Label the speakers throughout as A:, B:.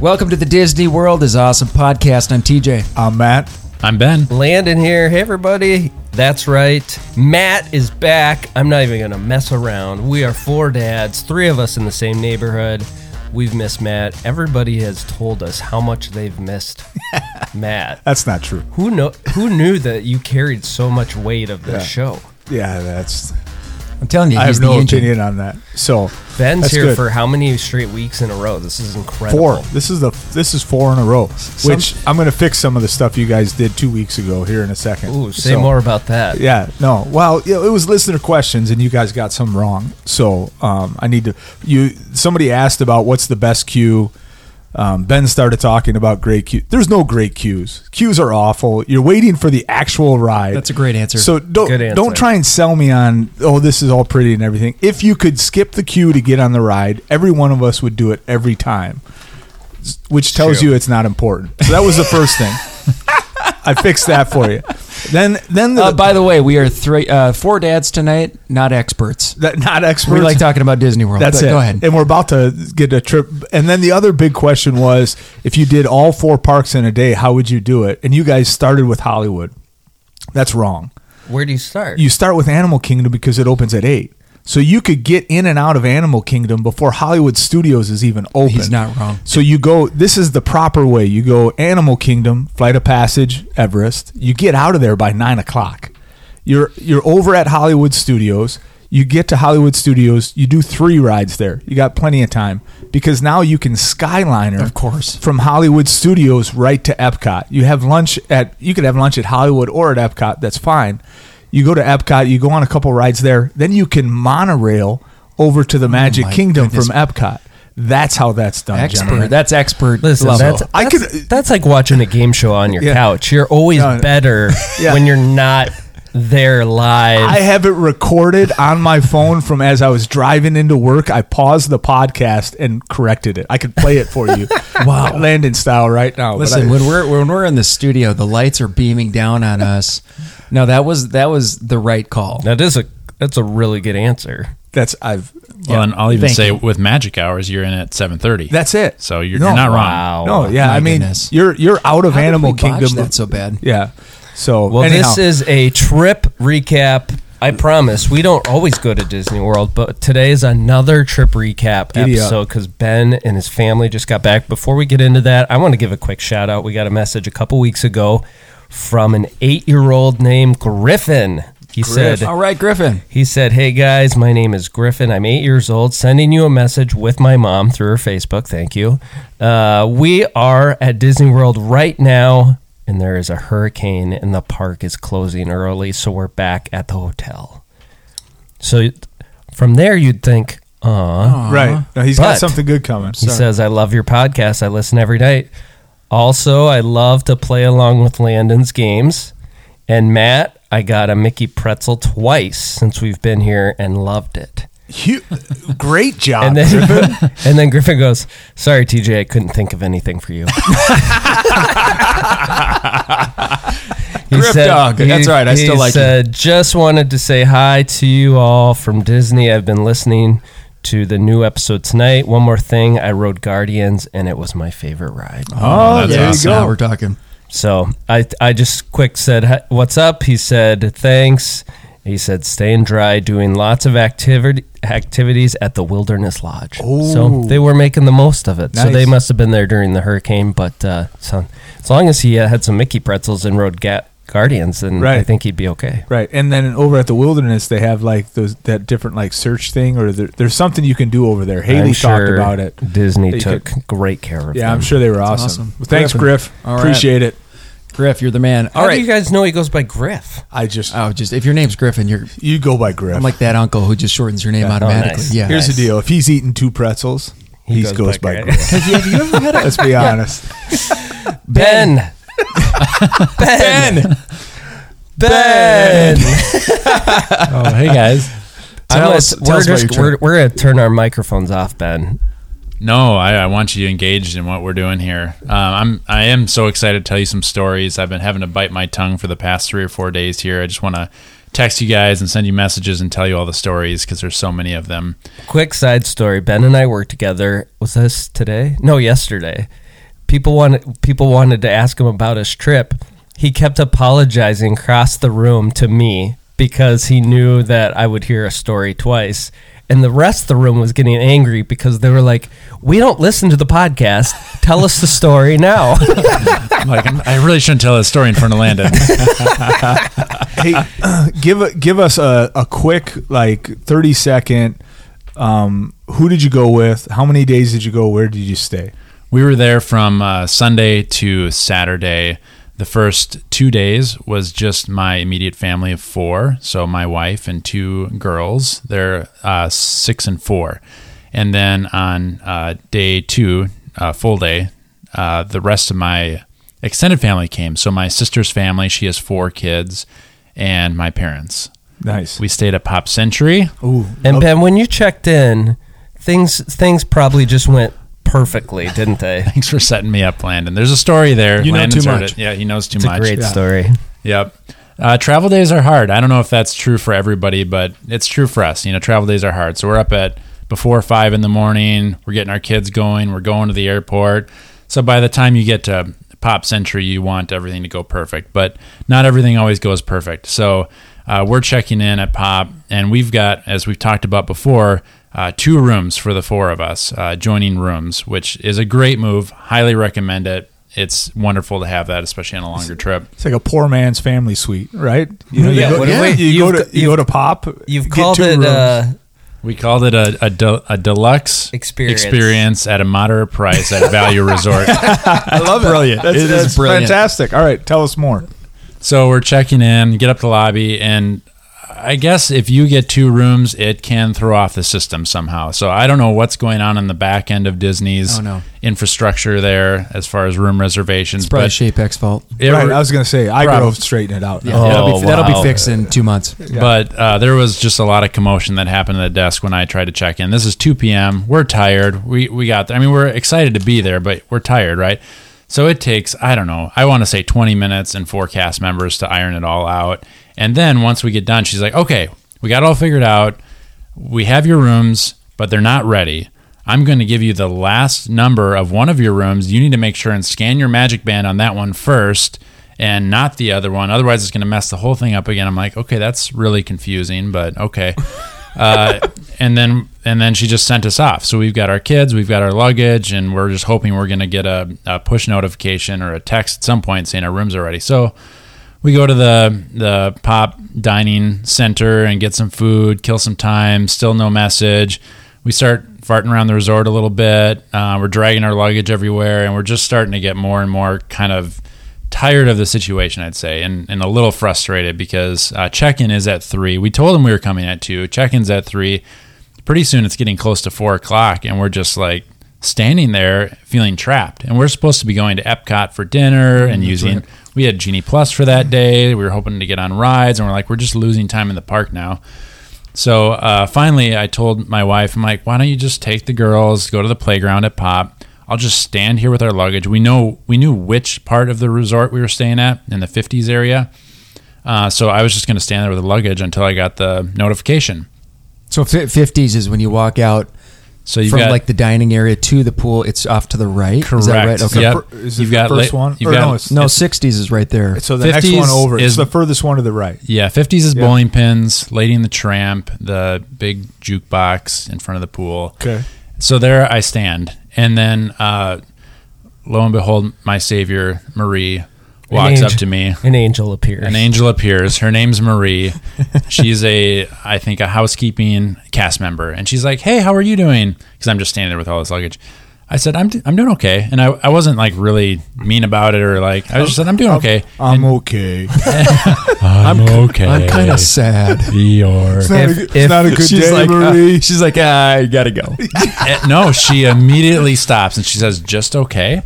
A: Welcome to the Disney World is Awesome podcast. I'm TJ.
B: I'm Uh, Matt.
C: I'm Ben.
D: Landon here. Hey, everybody. That's right. Matt is back. I'm not even going to mess around. We are four dads, three of us in the same neighborhood. We've missed Matt. Everybody has told us how much they've missed Matt.
B: That's not true.
D: Who know? Who knew that you carried so much weight of this
B: Yeah.
D: show?
B: Yeah, that's.
A: I'm telling you,
B: I
A: he's
B: have no
A: the engine.
B: opinion on that. So
D: Ben's
B: that's
D: here
B: good.
D: for how many straight weeks in a row? This is
B: four.
D: incredible.
B: This is the this is four in a row. which I'm going to fix some of the stuff you guys did two weeks ago here in a second.
D: Ooh, say
B: So,
D: more about that.
B: Yeah, no. Well, you know, it was listener questions, and you guys got some wrong. So um, I need to. You somebody asked about what's the best cue. Um, ben started talking about great cues. There's no great cues. Cues are awful. You're waiting for the actual ride.
A: That's a great answer.
B: So don't
D: Good answer.
B: don't try and sell me on oh this is all pretty and everything. If you could skip the queue to get on the ride, every one of us would do it every time, s- which tells
D: true.
B: you it's not important. So that was the first thing. I fixed that for you. Then then the
A: Uh, by the way, we are three, uh, four dads tonight, not experts.
B: that not
A: We
B: experts.
A: like talking about Disney World.
B: That's
A: but
B: it.
A: Go ahead.
B: And we're about to get a trip. And then the other big question was if you did all four parks in a day, how would you do it? And you guys started with Hollywood. That's wrong.
D: Where do you start?
B: you start with Animal Kingdom because it opens at eight. So you could get in and out of Animal Kingdom before Hollywood Studios is even open.
A: He's not wrong.
B: So you go. This is the proper way. You go Animal Kingdom, Flight of Passage, Everest. You get out of there by nine o'clock. You're you're over at Hollywood Studios. You get to Hollywood Studios. You do three rides there. You got plenty of time because now you can skyliner,
A: Of course.
B: from Hollywood Studios right to Epcot. You have lunch at you could have lunch at Hollywood or at Epcot. That's fine. You go to Epcot. You go on a couple rides there. Then you can monorail over to the Magic
A: Oh my
B: Kingdom
A: goodness.
B: from Epcot. That's how that's done.
A: Expert.
B: gentlemen.
A: That's expert.
D: Listen,
A: level.
D: that's,
B: I
D: I could,
B: could-
D: that's like watching a game show on your
B: Yeah.
D: couch. You're always
B: No, no.
D: better
B: Yeah.
D: when you're not there live.
B: I have it recorded on my phone from as I was driving into work. I paused the podcast and corrected it. I could play it for you. wow. Landon style right now. but
A: Listen,
B: I-
A: when we're when we're in the studio, the lights are beaming down on us. No, that was that was the right call.
D: That is a that's a really good answer.
B: that's I've
C: Well, and I'll even
A: Thank
C: say
A: you.
C: with magic hours, you're in at 7:30.
B: that's it.
C: so you're,
B: No.
C: you're not wrong.
D: Wow.
B: No, yeah,
A: My
B: I mean
A: goodness.
B: you're you're out of
A: How did
B: Animal
A: we botch
B: Kingdom.
A: that so bad.
B: Yeah. So
D: Well,
B: anyhow,
D: this is a trip recap. I promise we don't always go to Disney World, but today is another trip recap
B: Giddy up.
D: episode because Ben and his family just got back. Before we get into that, I want to give a quick shout out. We got a message a couple weeks ago from an eight year old named Griffin. He said,
A: All right, Griffin.
D: He said, Hey guys, my name is Griffin. I'm eight years old, sending you a message with my mom through her Facebook. Thank you. Uh, we are at Disney World right now, and there is a hurricane, and the park is closing early. So we're back at the hotel. So from there, you'd think, Aw.
A: Uh-huh.
B: right. No, he's got
D: But-
B: something good coming.
D: He says, I love your podcast. I listen every night. Also, I love to play along with Landon's games. And Matt, I got a Mickey pretzel twice since we've been here and loved it.
B: Hu- great job.
D: And then, and then Griffin goes, Sorry, TJ, I couldn't think of anything for you. He
A: Grip dog. That's right. I
D: he
A: still like you.
D: said, Just wanted to say hi to you all from Disney. I've been listening to the new episode tonight. One more thing I rode Guardians, and it was my favorite ride.
B: oh,
C: That's
B: there you
C: awesome.
B: go.
A: Now we're talking.
D: So I I just quick said "Hi- what's up. He said thanks. He said staying dry, doing lots of activity activities at the Wilderness Lodge. So
B: Ooh.
D: they were making the most of it. So they
B: Nice.
D: must have been there during the hurricane. But uh, so, as long as he uh, had some Mickey pretzels and rode ga- Guardians, then I
B: Right.
D: think he'd be okay.
B: Right, and then over at the wilderness, they have like those that different like search thing, or there, there's something you can do over there. Haley
D: I'm
B: talked
D: sure
B: about it.
D: Disney
B: That you
D: took great care of
B: Yeah,
D: them.
B: I'm sure they were
A: That's
B: awesome.
A: awesome.
B: Well, thanks,
A: Griffin.
B: Griff.
A: All right.
B: Appreciate it.
A: Griff, you're the man.
D: How
A: All
D: do you
A: right.
D: guys know he goes by Griff?
B: I just
A: Oh, just if your name's Griffin, you're
B: you go by Griff.
A: I'm like that uncle who just shortens your name
B: Yeah. Oh,
A: automatically.
D: nice.
A: Yeah.
B: here's
D: Nice.
B: the deal: if he's eating two pretzels, he goes, by, Griff.
A: Have you, have you ever had a
B: Let's be honest.
D: Ben. ben. Ben.
C: Oh, hey guys.
D: I'm
A: Tell
D: gonna-
A: us- tell
D: we're,
A: us about
D: just-
A: your
D: we're, we're gonna turn our microphones off, Ben.
C: No, I, I want you engaged in what we're doing here. Um, I'm I am so excited to tell you some stories. I've been having to bite my tongue for the past three or four days here. I just want to text you guys and send you messages and tell you all the stories because there's so many of them.
D: Quick side story: Ben and I worked together. Was this today? No, yesterday. people wanted people wanted to ask him about his trip. He kept apologizing across the room to me because he knew that I would hear a story twice. And the rest of the room was getting angry because they were like, "We don't listen to the podcast. Tell us the story now."
C: I'm like, I'm- I really shouldn't tell that story in front of Landon.
B: hey, give give us a, a quick like thirty second. Um, who did you go with? How many days did you go? Where did you stay?
C: We were there from uh, Sunday to Saturday. The first two days was just my immediate family of four. So my wife and two girls. They're uh, six and four. And then on uh, day two, uh, full day, uh, the rest of my extended family came. So my sister's family, she has four kids, and my parents.
B: Nice.
C: We stayed at Pop Century.
B: Ooh,
D: and Ben, when you checked in, things things probably just went perfectly, didn't they?
C: Thanks for setting me up, Landon. There's a story there.
E: You know
C: Landon's
E: too
C: heard
E: much.
C: it. Yeah, he knows too
D: It's
C: much.
D: a great
B: Yeah.
D: story.
C: Yep. Uh, travel days are hard. I don't know if that's true for everybody, but it's true for us. You know, travel days are hard. So we're up at before five in the morning. We're getting our kids going. We're going to the airport. So by the time you get to Pop Century, you want everything to go perfect, but not everything always goes perfect. So uh, we're checking in at Pop, and we've got, as we've talked about before, uh, two rooms for the four of us, uh, joining rooms, which is a great move. Highly recommend it. It's wonderful to have that, especially on a longer trip.
B: it's like a poor man's family suite, right? You know, you
D: Yeah,
B: go,
D: what if we-
B: you go
D: you've
B: to
D: got-
B: you go to pop.
D: You've
B: get
D: called
B: two
D: it
B: rooms.
D: uh,
C: We called it a a, del- a deluxe
D: Experience.
C: experience at a moderate price at Value Resort.
B: I love it. Brilliant. That's,
C: It is
B: that's
C: brilliant.
B: fantastic. All right, tell us more.
C: so we're checking in, get up to lobby, and I guess if you get two rooms, it can throw off the system somehow. So I don't know what's going on in the back end of Disney's
A: Oh, no.
C: infrastructure there as far as room reservations.
A: It's probably Shape X fault.
C: it-
B: right, I was gonna say I
C: Rob.
B: drove straighten it out.
A: Yeah,
D: Oh,
A: that'll, be, that'll
D: wow.
A: be fixed in two months.
B: Yeah.
C: But uh, there was just a lot of commotion that happened at the desk when I tried to check in. This is 2 p.m. We're tired. We we got there. I mean, we're excited to be there, but we're tired, right? So it takes I don't know. I want to say 20 minutes and four cast members to iron it all out. And then once we get done, she's like, "Okay, we got it all figured out. We have your rooms, but they're not ready." I'm going to give you the last number of one of your rooms. You need to make sure and scan your magic band on that one first and not the other one. Otherwise, it's going to mess the whole thing up again. I'm like, okay, that's really confusing, but okay. Uh, and then and then she just sent us off. So we've got our kids, we've got our luggage, and we're just hoping we're going to get a, a push notification or a text at some point saying our rooms are ready. So we go to the the pop dining center and get some food, kill some time. Still no message. We start farting around the resort a little bit. Uh, we're dragging our luggage everywhere, and we're just starting to get more and more kind of tired of the situation, I'd say, and, and a little frustrated because uh, check in is at three. We told them we were coming at two. Check in's at three. Pretty soon it's getting close to four o'clock, and we're just like standing there feeling trapped. And we're supposed to be going to Epcot for
A: Mm,
C: dinner and using. We had Genie Plus for that day. We were hoping to get on rides, and we're like, we're just losing time in the park now. So uh, finally, I told my wife, I'm like, why don't you just take the girls, go to the playground at Pop? I'll just stand here with our luggage. We know we knew which part of the resort we were staying at in the 50s area. Uh, so I was just going to stand there with the luggage until I got the notification.
A: So fi- 50s is when you walk out
C: So you've
A: from
C: got
A: like the dining area to the pool. It's off to the right.
C: correct.
A: Is that right? Okay.
C: Yep.
B: fir- is it
C: you've
B: the
C: got
B: first
C: la-
B: one?
C: You've
B: Or
C: got
B: no, it's-
A: No, 60s is right there.
B: So the next
C: 50s
B: one over
C: is-
B: it's the furthest one to the right.
C: Yeah, 50s is
B: Yeah.
C: bowling pins, Lady and the Tramp, the big jukebox in front of the pool.
B: Okay.
C: So there I stand. And then uh, lo and behold, my savior, Marie, walks
D: angel-
C: up to me.
D: An angel appears.
C: An angel appears. Her name's Marie. She's a, I think, a housekeeping cast member. And she's like, hey, how are you doing? Because I'm just standing there with all this luggage. I said, I'm, d- I'm doing okay. And I, I wasn't like really mean about it or like, I just said, I'm doing okay.
B: I'm okay.
C: I'm, okay.
A: I'm kind of sad.
B: It's not,
D: If-
B: a, it's
D: if-
B: not a good
A: she's
B: day,
A: like, uh,
B: Marie.
A: She's like, "Ah, I gotta go.
C: Uh, no, she immediately stops and she says, just okay.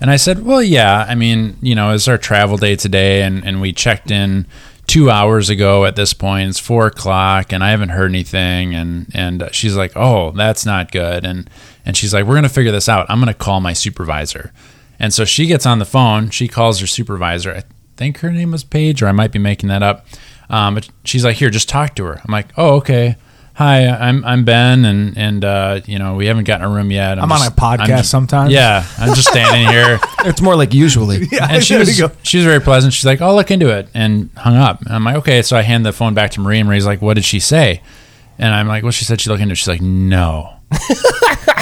C: And I said, well, yeah. I mean, you know, it's our travel day today, and, and we checked in two hours ago at this point. It's four o'clock, and I haven't heard anything. And, and she's like, oh, that's not good. And, and she's like, we're going to figure this out. I'm going to call my supervisor. And so she gets on the phone. She calls her supervisor. I think her name was Paige, or I might be making that up. Um, but she's like, here, just talk to her. I'm like, oh, okay. Hi, I'm I'm Ben, and and uh, you know we haven't gotten a room yet.
B: I'm on a podcast sometimes.
C: Yeah, I'm just standing here.
A: It's more like usually.
C: and she
B: there
C: was
B: you go.
C: she was very pleasant. She's like, "I'll look into it," and hung up. And I'm like, "Okay." So I hand the phone back to Marie, and Marie's like, "What did she say?" And I'm like, "Well, she said she looked into it." She's like, "No,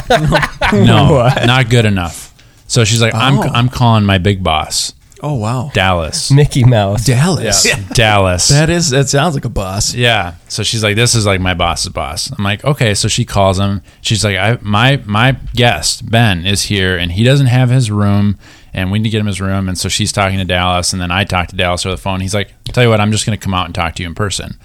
C: no, not good enough." So she's like, "I'm
A: Oh.
C: I'm calling my big boss,
A: Oh wow,
C: Dallas."
D: Mickey Mouse.
A: Dallas.
C: Dallas.
A: That is. That sounds like a boss.
C: Yeah. So she's like, "This is like my boss's boss." I'm like, "Okay." So she calls him. She's like, "I my my guest Ben is here, and he doesn't have his room, and we need to get him his room." And so she's talking to Dallas, and then I talk to Dallas over the phone. He's like, "Tell you what, I'm just going to come out and talk to you in person."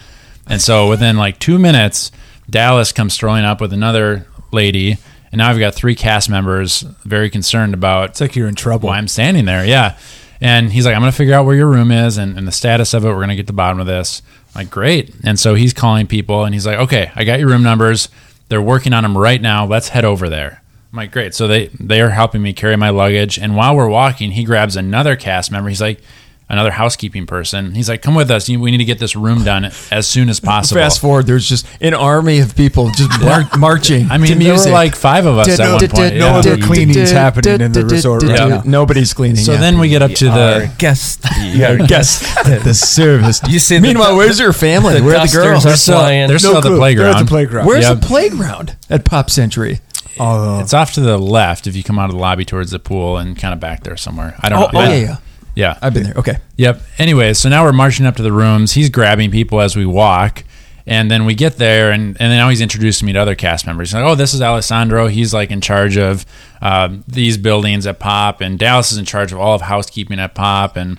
C: And so within like two minutes, Dallas comes throwing up with another lady, and now I've got three cast members very concerned about
B: It's like you're in trouble.
C: why I'm standing there. Yeah. And he's like, I'm going to figure out where your room is and, and the status of it. We're going to get to the bottom of this. I'm like, great. And so he's calling people and he's like, okay, I got your room numbers. They're working on them right now. Let's head over there. I'm like, great. So they, they are helping me carry my luggage. And while we're walking, he grabs another cast member. He's like, another housekeeping person. He's like, come with us. You- We need to get this room done as soon as possible.
A: Fast forward, there's just an army of people just mar- marching.
C: I mean,
A: to
C: there
A: music.
C: were like five of us at one point.
B: no
C: Yeah.
B: other cleanings happening in the resort right
C: Yeah.
B: now.
A: Nobody's cleaning.
C: So then we get up to
D: Our
C: the
D: guest.
A: yeah, guess the service.
D: You see the-
A: Meanwhile, where's your family?
D: the
A: Where are the
D: dusters
A: girls?
D: are
C: There's still-
D: flying.
C: there's
B: No
C: still
B: clue.
C: the
B: They're
C: playground.
B: at the playground.
A: Where's
C: Yeah.
A: the playground at Pop Century? Oh.
B: Although,
C: It's off to the left if you come out of the lobby towards the pool and kind of back there somewhere. I don't
A: Oh,
C: know.
A: oh,
C: I-
A: yeah, yeah.
C: Yeah.
A: I've been there. Okay.
C: Yep. Anyway, so now we're marching up to the rooms. He's grabbing people as we walk. And then we get there, and, and then now he's introducing me to other cast members. He's like, oh, this is Alessandro. He's like in charge of uh, these buildings at Pop, and Dallas is in charge of all of housekeeping at Pop, and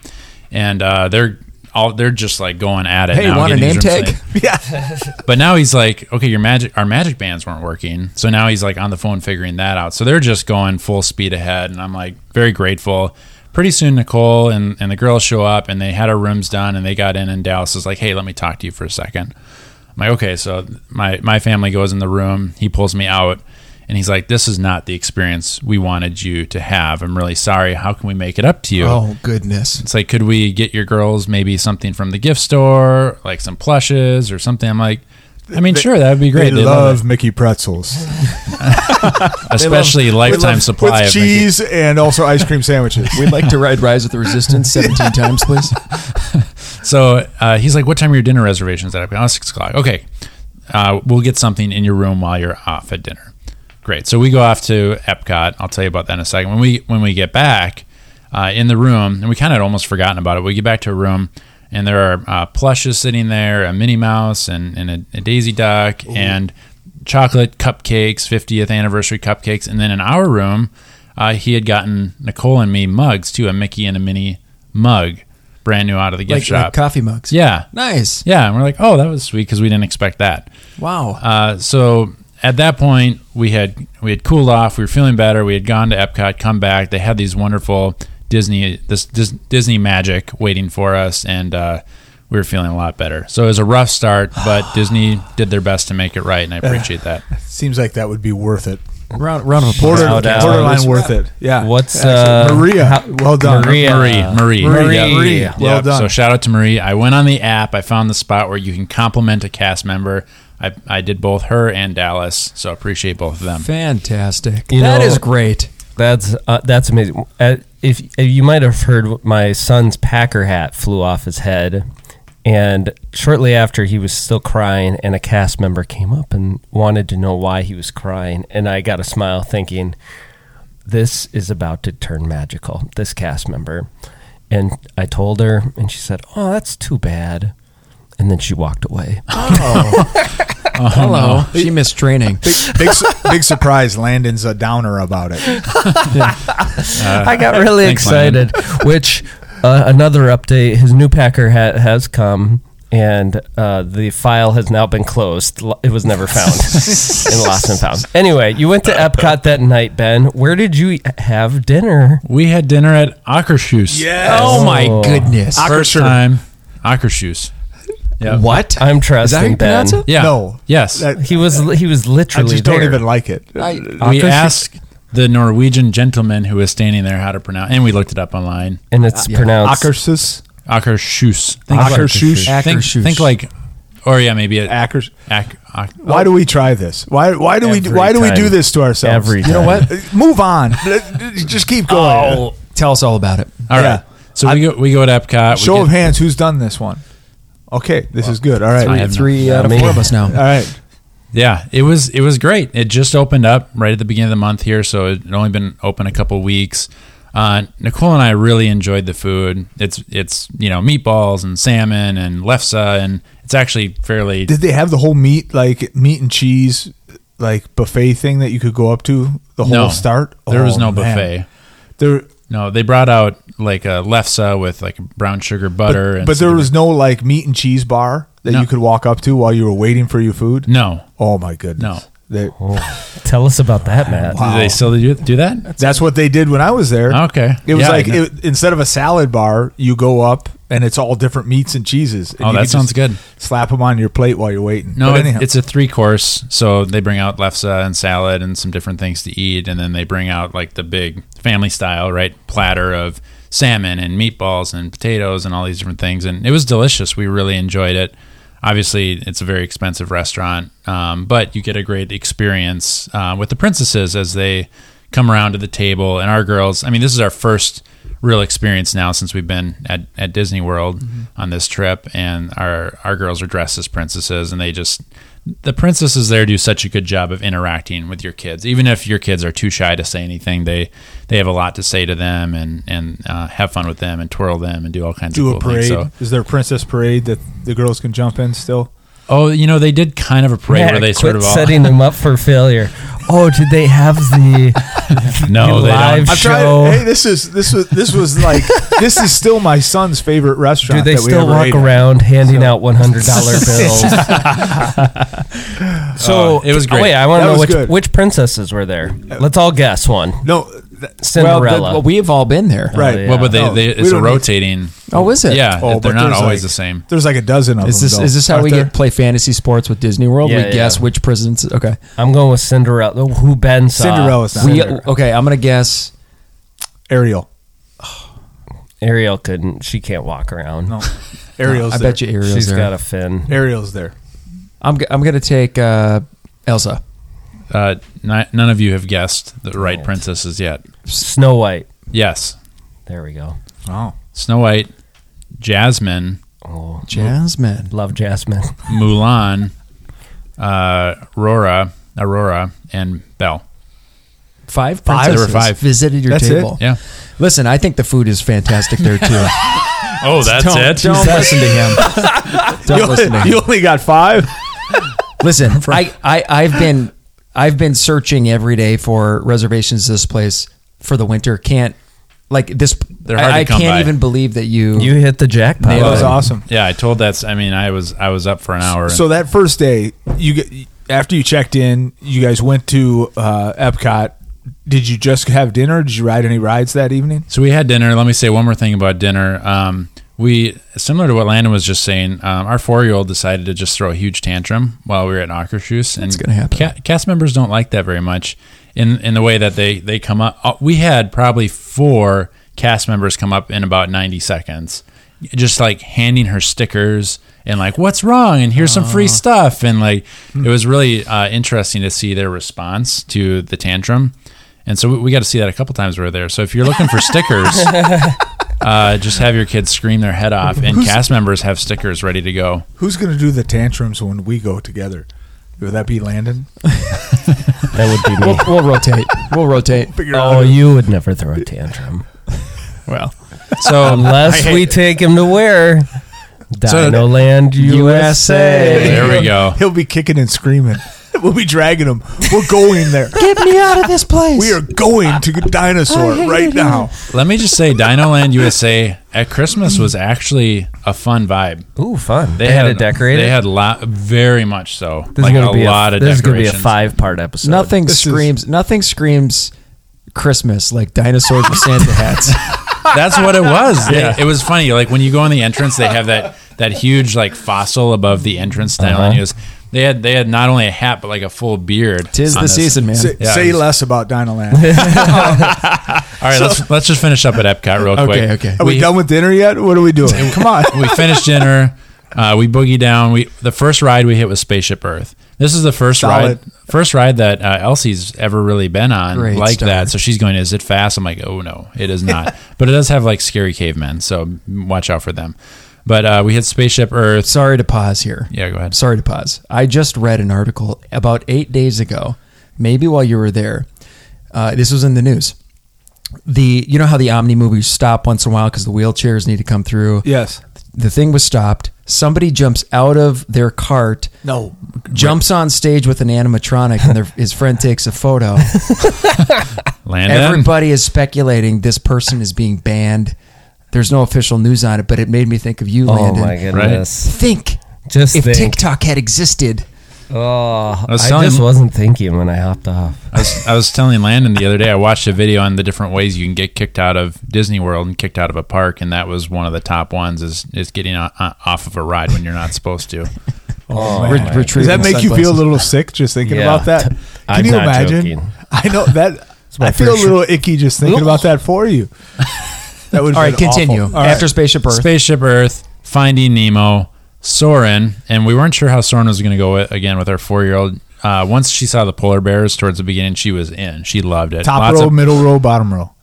C: and uh, they're all they're just like going at it.
A: Hey,
C: now,
A: want a
C: getting
A: name
C: these rooms
A: tag?
C: clean. But now he's like, okay, your magic, our magic bands weren't working. So now he's like on the phone figuring that out. So they're just going full speed ahead. And I'm like, very grateful. Pretty soon, Nicole and, and the girls show up and they had our rooms done and they got in. And Dallas is like, hey, let me talk to you for a second. I'm like, okay. So my, my family goes in the room. He pulls me out and he's like, this is not the experience we wanted you to have. I'm really sorry. How can we make it up to you?
A: Oh goodness.
C: It's like, could we get your girls maybe something from the gift store, like some plushes or something? I'm like, I mean, sure, that would be
B: they
C: great. They
B: love
C: it.
B: Mickey pretzels,
C: especially lifetime supply
B: with
C: of Mickey-
B: cheese and also ice cream sandwiches.
A: We'd like to ride Rise of the Resistance 17 times, please.
C: So uh, he's like, "What time are your dinner reservations at?" Oh, six o'clock. Okay, uh, we'll get something in your room while you're off at dinner. Great. So we go off to Epcot. I'll tell you about that in a second. When we when we get back uh, in the room, and we kind of almost forgotten about it. We get back to a room, and there are uh, plushes sitting there, a Minnie Mouse, and and a, a Daisy Duck, and chocolate cupcakes, 50th anniversary cupcakes, and then in our room, uh, he had gotten Nicole and me mugs too, a Mickey and a Minnie mug, brand new out of the gift
A: Like,
C: shop.
A: like coffee mugs.
C: Yeah.
A: Nice.
C: Yeah. And we're like, oh, that was sweet because we didn't expect that.
A: Wow.
C: Uh, so at that point, we had we had cooled off. We were feeling better. We had gone to Epcot, come back. They had these wonderful Disney this, this Disney magic waiting for us, and uh, we were feeling a lot better. So it was a rough start, but Disney did their best to make it right, and I appreciate that.
B: Seems like that would be worth it.
A: round, round of applause.
B: Border,
D: No doubt.
B: borderline worth it. Yeah.
D: What's
B: Excellent.
D: uh,
B: Maria?
D: how-
B: well done,
D: Maria.
C: Marie, Marie,
D: Marie.
C: Yep.
D: Marie.
C: Yep.
B: Well done.
C: So shout out to Marie. I went on the app. I found the spot where you can compliment a cast member. I, I did both her and Dallas, so appreciate both of them.
A: Fantastic. That
D: You
A: is
D: know-
A: great.
D: That's uh, that's amazing. Uh, if, if you might have heard, my son's Packer hat flew off his head, and shortly after he was still crying, and a cast member came up and wanted to know why he was crying, and I got a smile, thinking, "This is about to turn magical." This cast member, and I told her, and she said, "Oh, that's too bad," and then she walked away.
A: Hello. She missed training.
B: Big, big, su- big surprise. Landon's a downer about it.
D: I got really
C: Thanks, Landon.
D: excited. Which uh, another update: his new Packer hat has come, and uh, the file has now been closed. Lo- It was never found and lost and found. Anyway, you went to Epcot that night, Ben. Where did you e, have dinner?
C: We had dinner at Akershus.
B: Yes.
A: Oh my
D: Oh.
A: goodness.
C: First time. Akershus. Yeah.
A: What?
D: I'm
A: Is that how
D: trusting
A: you
D: Ben.
A: pronounce it?
C: Yeah.
B: No.
C: Yes.
B: That-
D: He was he was
B: I
D: literally
B: just
D: there.
B: don't even like it.
A: I,
C: we
D: Akershus.
C: asked the Norwegian gentleman who was standing there how to pronounce, and we looked it up online.
B: Uh,
D: and it's pronounced
B: Akershus.
C: Akershus.
D: Think like
B: Akershus.
A: Akershus.
C: Think, think like or yeah, maybe it.
B: Actors.
C: Ac- ac-
B: Why do we try this? Why why do we do-
C: Every
B: why do we
C: time.
B: do this to ourselves?
D: Every
B: you know
D: time.
B: what? Move on. Just keep going.
A: Tell us all about it.
C: all right.
B: yeah.
C: So we go we go to Epcot.
B: Show
C: we
B: of hands, who's done this one? Okay, this is good. All right.
C: I
A: We
C: have
A: have
C: no-
A: three out of
D: me.
A: four of us
B: All
A: now.
B: right.
C: Yeah, it was it was great. It just opened up right at the beginning of the month here, so it had only been open a couple weeks. Uh, Nicole and I really enjoyed the food. It's it's you know meatballs and salmon and lefse, and it's actually fairly
B: Did they have the whole meat like meat and cheese like buffet thing that you could go up to the whole
C: no
B: start?
C: There was
B: Oh,
C: no
B: man.
C: buffet.
B: There
C: No, they brought out like a lefse with like brown sugar butter.
B: but,
C: and
B: but there was no like meat and cheese bar that
C: No.
B: you could walk up to while you were waiting for your food?
C: no.
B: Oh my goodness.
C: No.
B: They-
D: Tell us about that, Matt.
C: Do they still do, do that?
B: that's what they did when I was there.
C: Okay.
B: It was
C: Yeah, I
B: like
C: know.
B: it, instead of a salad bar, you go up and it's all different meats and cheeses. And
C: Oh,
B: you
C: that
B: could
C: sounds
B: just
C: good.
B: Slap them on your plate while you're waiting.
C: No,
B: But
C: it-
B: anyhow.
C: it's a three course. So they bring out lefse and salad and some different things to eat, and then they bring out like the big family style right platter of salmon and meatballs and potatoes and all these different things. And it was delicious. We really enjoyed it. Obviously, it's a very expensive restaurant, um, but you get a great experience uh, with the princesses as they come around to the table. And our girls, I mean, this is our first real experience now since we've been at, at Disney World
B: Mm-hmm.
C: on this trip, and our our girls are dressed as princesses, and they just the princesses there do such a good job of interacting with your kids, even if your kids are too shy to say anything. They they have a lot to say to them, and and uh, have fun with them, and twirl them, and do all kinds
B: do
C: of
B: a
C: cool
B: parade.
C: things. So,
B: Is there a princess parade that the girls can jump in still?
C: oh, you know, they did kind of a parade
D: Matt,
C: where they
D: quit
C: sort of all
D: setting them up for failure. Oh, did they have the
C: no, they
D: live
C: don't.
B: I'm
D: Show.
B: trying. Hey, this is this was this was like this is still my son's favorite
D: Do
B: restaurant.
D: they
B: that we
D: still
B: ever
D: walk
B: ate at.
D: around handing out one hundred dollar bills? so
C: Oh, it was great.
D: Wait, I want
B: Uh, That
D: to know
B: was
D: which
B: good. Uh,
D: which princesses were there. Let's all guess one.
B: No, th-
D: Cinderella.
A: Oh, Well, we have all been there.
B: right.
D: yeah.
C: Well, but they,
B: No,
C: they
B: we
C: it's a
B: don't need-
C: rotating.
A: Oh, is it?
C: Yeah,
B: Oh,
C: they're
B: but
C: not
B: there's
C: always
B: like-
C: the same.
B: There's like a dozen of
A: Is
B: them.
A: this
B: though,
A: is this how
B: aren't
A: we
B: there?
A: get play fantasy sports with Disney World?
D: Yeah,
A: we
D: yeah.
A: guess which prisons. Okay,
D: I'm going with Cinderella. Oh, Who Ben saw?
B: Cinderella's not
A: we
B: there.
A: okay. I'm gonna guess.
B: Ariel.
D: Ariel couldn't. She can't walk around.
B: No, Ariel's.
A: I
B: there.
A: bet you Ariel's
D: She's
A: there.
D: got a fin.
B: Ariel's there.
A: I'm g- I'm gonna take uh, Elsa.
C: Uh, ni- none of you have guessed the right
D: Right.
C: princesses yet.
D: Snow White.
C: Yes,
D: There we go.
B: Oh,
C: Snow White, Jasmine,
D: Oh,
A: Jasmine.
D: love Jasmine.
C: Mulan, uh, Aurora, Aurora, and Belle.
A: Five
B: Five?
A: princesses
C: There were five.
A: visited your
B: That's it?
A: table.
C: Yeah.
A: Listen, I think the food is fantastic there too.
C: Oh, that's
A: don't,
C: it.
A: Don't listen to him. Don't
B: you,
A: listen to
B: only, you
A: him.
B: only got five.
A: Listen, I, I, I've been I've been searching every day for reservations to this place for the winter. Can't like this.
C: They're hard
A: I,
C: to
A: I
C: come
A: can't
C: by.
A: even believe that you.
D: You hit the jackpot.
A: Nailed
B: That
A: Well,
B: was awesome.
C: Yeah, I told that's. I mean, I was I was up for an hour.
B: So that first day, you get after you checked in, you guys went to uh, Epcot. Did you just have dinner? Did you ride any rides that evening?
C: So we had dinner. Let me say one more thing about dinner. Um, we similar to what Landon was just saying. Um, our four year old decided to just throw a huge tantrum while we were at Akershus, and
A: That's gonna happen.
C: Ca- cast members don't like that very much. In in the way that they they come up, uh, we had probably four cast members come up in about ninety seconds, just like handing her stickers and like what's wrong and here's some free stuff and like it was really uh, interesting to see their response to the tantrum. And so we, we got to see that a couple times we were there. So if you're looking for stickers, uh, just have your kids scream their head off, and cast members have stickers ready to go.
B: Who's gonna do the tantrums when we go together? Would that be Landon?
D: That would be me.
A: we'll, we'll rotate. We'll rotate.
B: Figure
D: oh, you would never throw a tantrum
A: Well,
C: So
D: unless we take him to where
C: So-
D: Dino Land USA.
C: there we go.
B: He'll be kicking and screaming. We'll be dragging him. We're going there.
A: get me out of this place.
B: We are going to dinosaur
A: I hate
B: right
A: it
B: now.
C: Let me just say, Dino Land USA at Christmas was actually a fun vibe.
D: Ooh, fun! They, had, it decorated.
C: They had a lot, very much so.
D: This
C: like
D: is
C: a
D: gonna be
C: lot of
D: this is gonna be
C: decorations.
D: a five part episode.
A: nothing
B: This is-
A: screams. nothing screams Christmas like dinosaurs with Santa hats.
C: That's what it was. They- it was funny. Like when you go in the entrance, they have that that huge like fossil above the entrance. Dino
D: Uh-huh.
C: Land USA. They had they had not only a hat but like a full beard.
A: Tis the
C: on this.
A: season, man.
B: Say,
C: Yeah,
B: say
C: it was-
B: less about Dinoland.
C: All right, let's let's just finish up at Epcot real quick.
A: okay.
B: Are we, done with dinner yet? What are we doing? Come on.
C: we finished dinner. Uh, we boogie down. We the first ride we hit was Spaceship Earth. This is the first
B: Solid.
C: ride, first ride that uh, Elsie's ever really been on
A: Great
C: like
A: start.
C: that. So she's going, "Is it fast?" I'm like, "Oh no, it is not." but it does have like scary cavemen, so watch out for them. But uh, we hit Spaceship Earth.
A: Sorry to pause here.
C: Yeah, go ahead.
A: Sorry to pause. I just read an article about eight days ago, maybe while you were there. Uh, this was in the news. The you know how the Omni movies stop once in a while because the wheelchairs need to come through.
B: Yes.
A: The thing was stopped. Somebody jumps out of their cart,
B: No.
A: jumps on stage with an animatronic, and their, his friend takes a photo.
C: Landon.
A: Everybody is speculating this person is being banned. There's no official news on it, but it made me think of you,
D: Oh
A: Landon.
D: my goodness!
A: Think
D: Just
A: if
D: think.
A: TikTok had existed.
D: Oh, I,
C: was telling-
D: just wasn't thinking when I hopped off.
C: I was, I was telling Landon the other day, I watched a video on the different ways you can get kicked out of Disney World and kicked out of a park, and that was one of the top ones is is getting o- o- off of a ride when you're not supposed to.
D: Oh,
A: Re-
D: my
A: retrieving
B: Does that make you feel a
A: sunglasses.
B: little sick just thinking
D: Yeah.
B: about that? Can
D: I'm
B: you
D: not
B: imagine?
D: joking.
B: I know that.
D: my
B: I feel a
D: first-
B: little icky just thinking about that for you. That would
A: All right, continue. After Spaceship Earth.
C: Spaceship Earth, Finding Nemo, Soren, and we weren't sure how Soren was going to go with, again with our four year old. Uh, once she saw the polar bears towards the beginning, she was in. She loved it.
B: top
C: Lots
B: row,
C: of-
B: middle row, bottom row.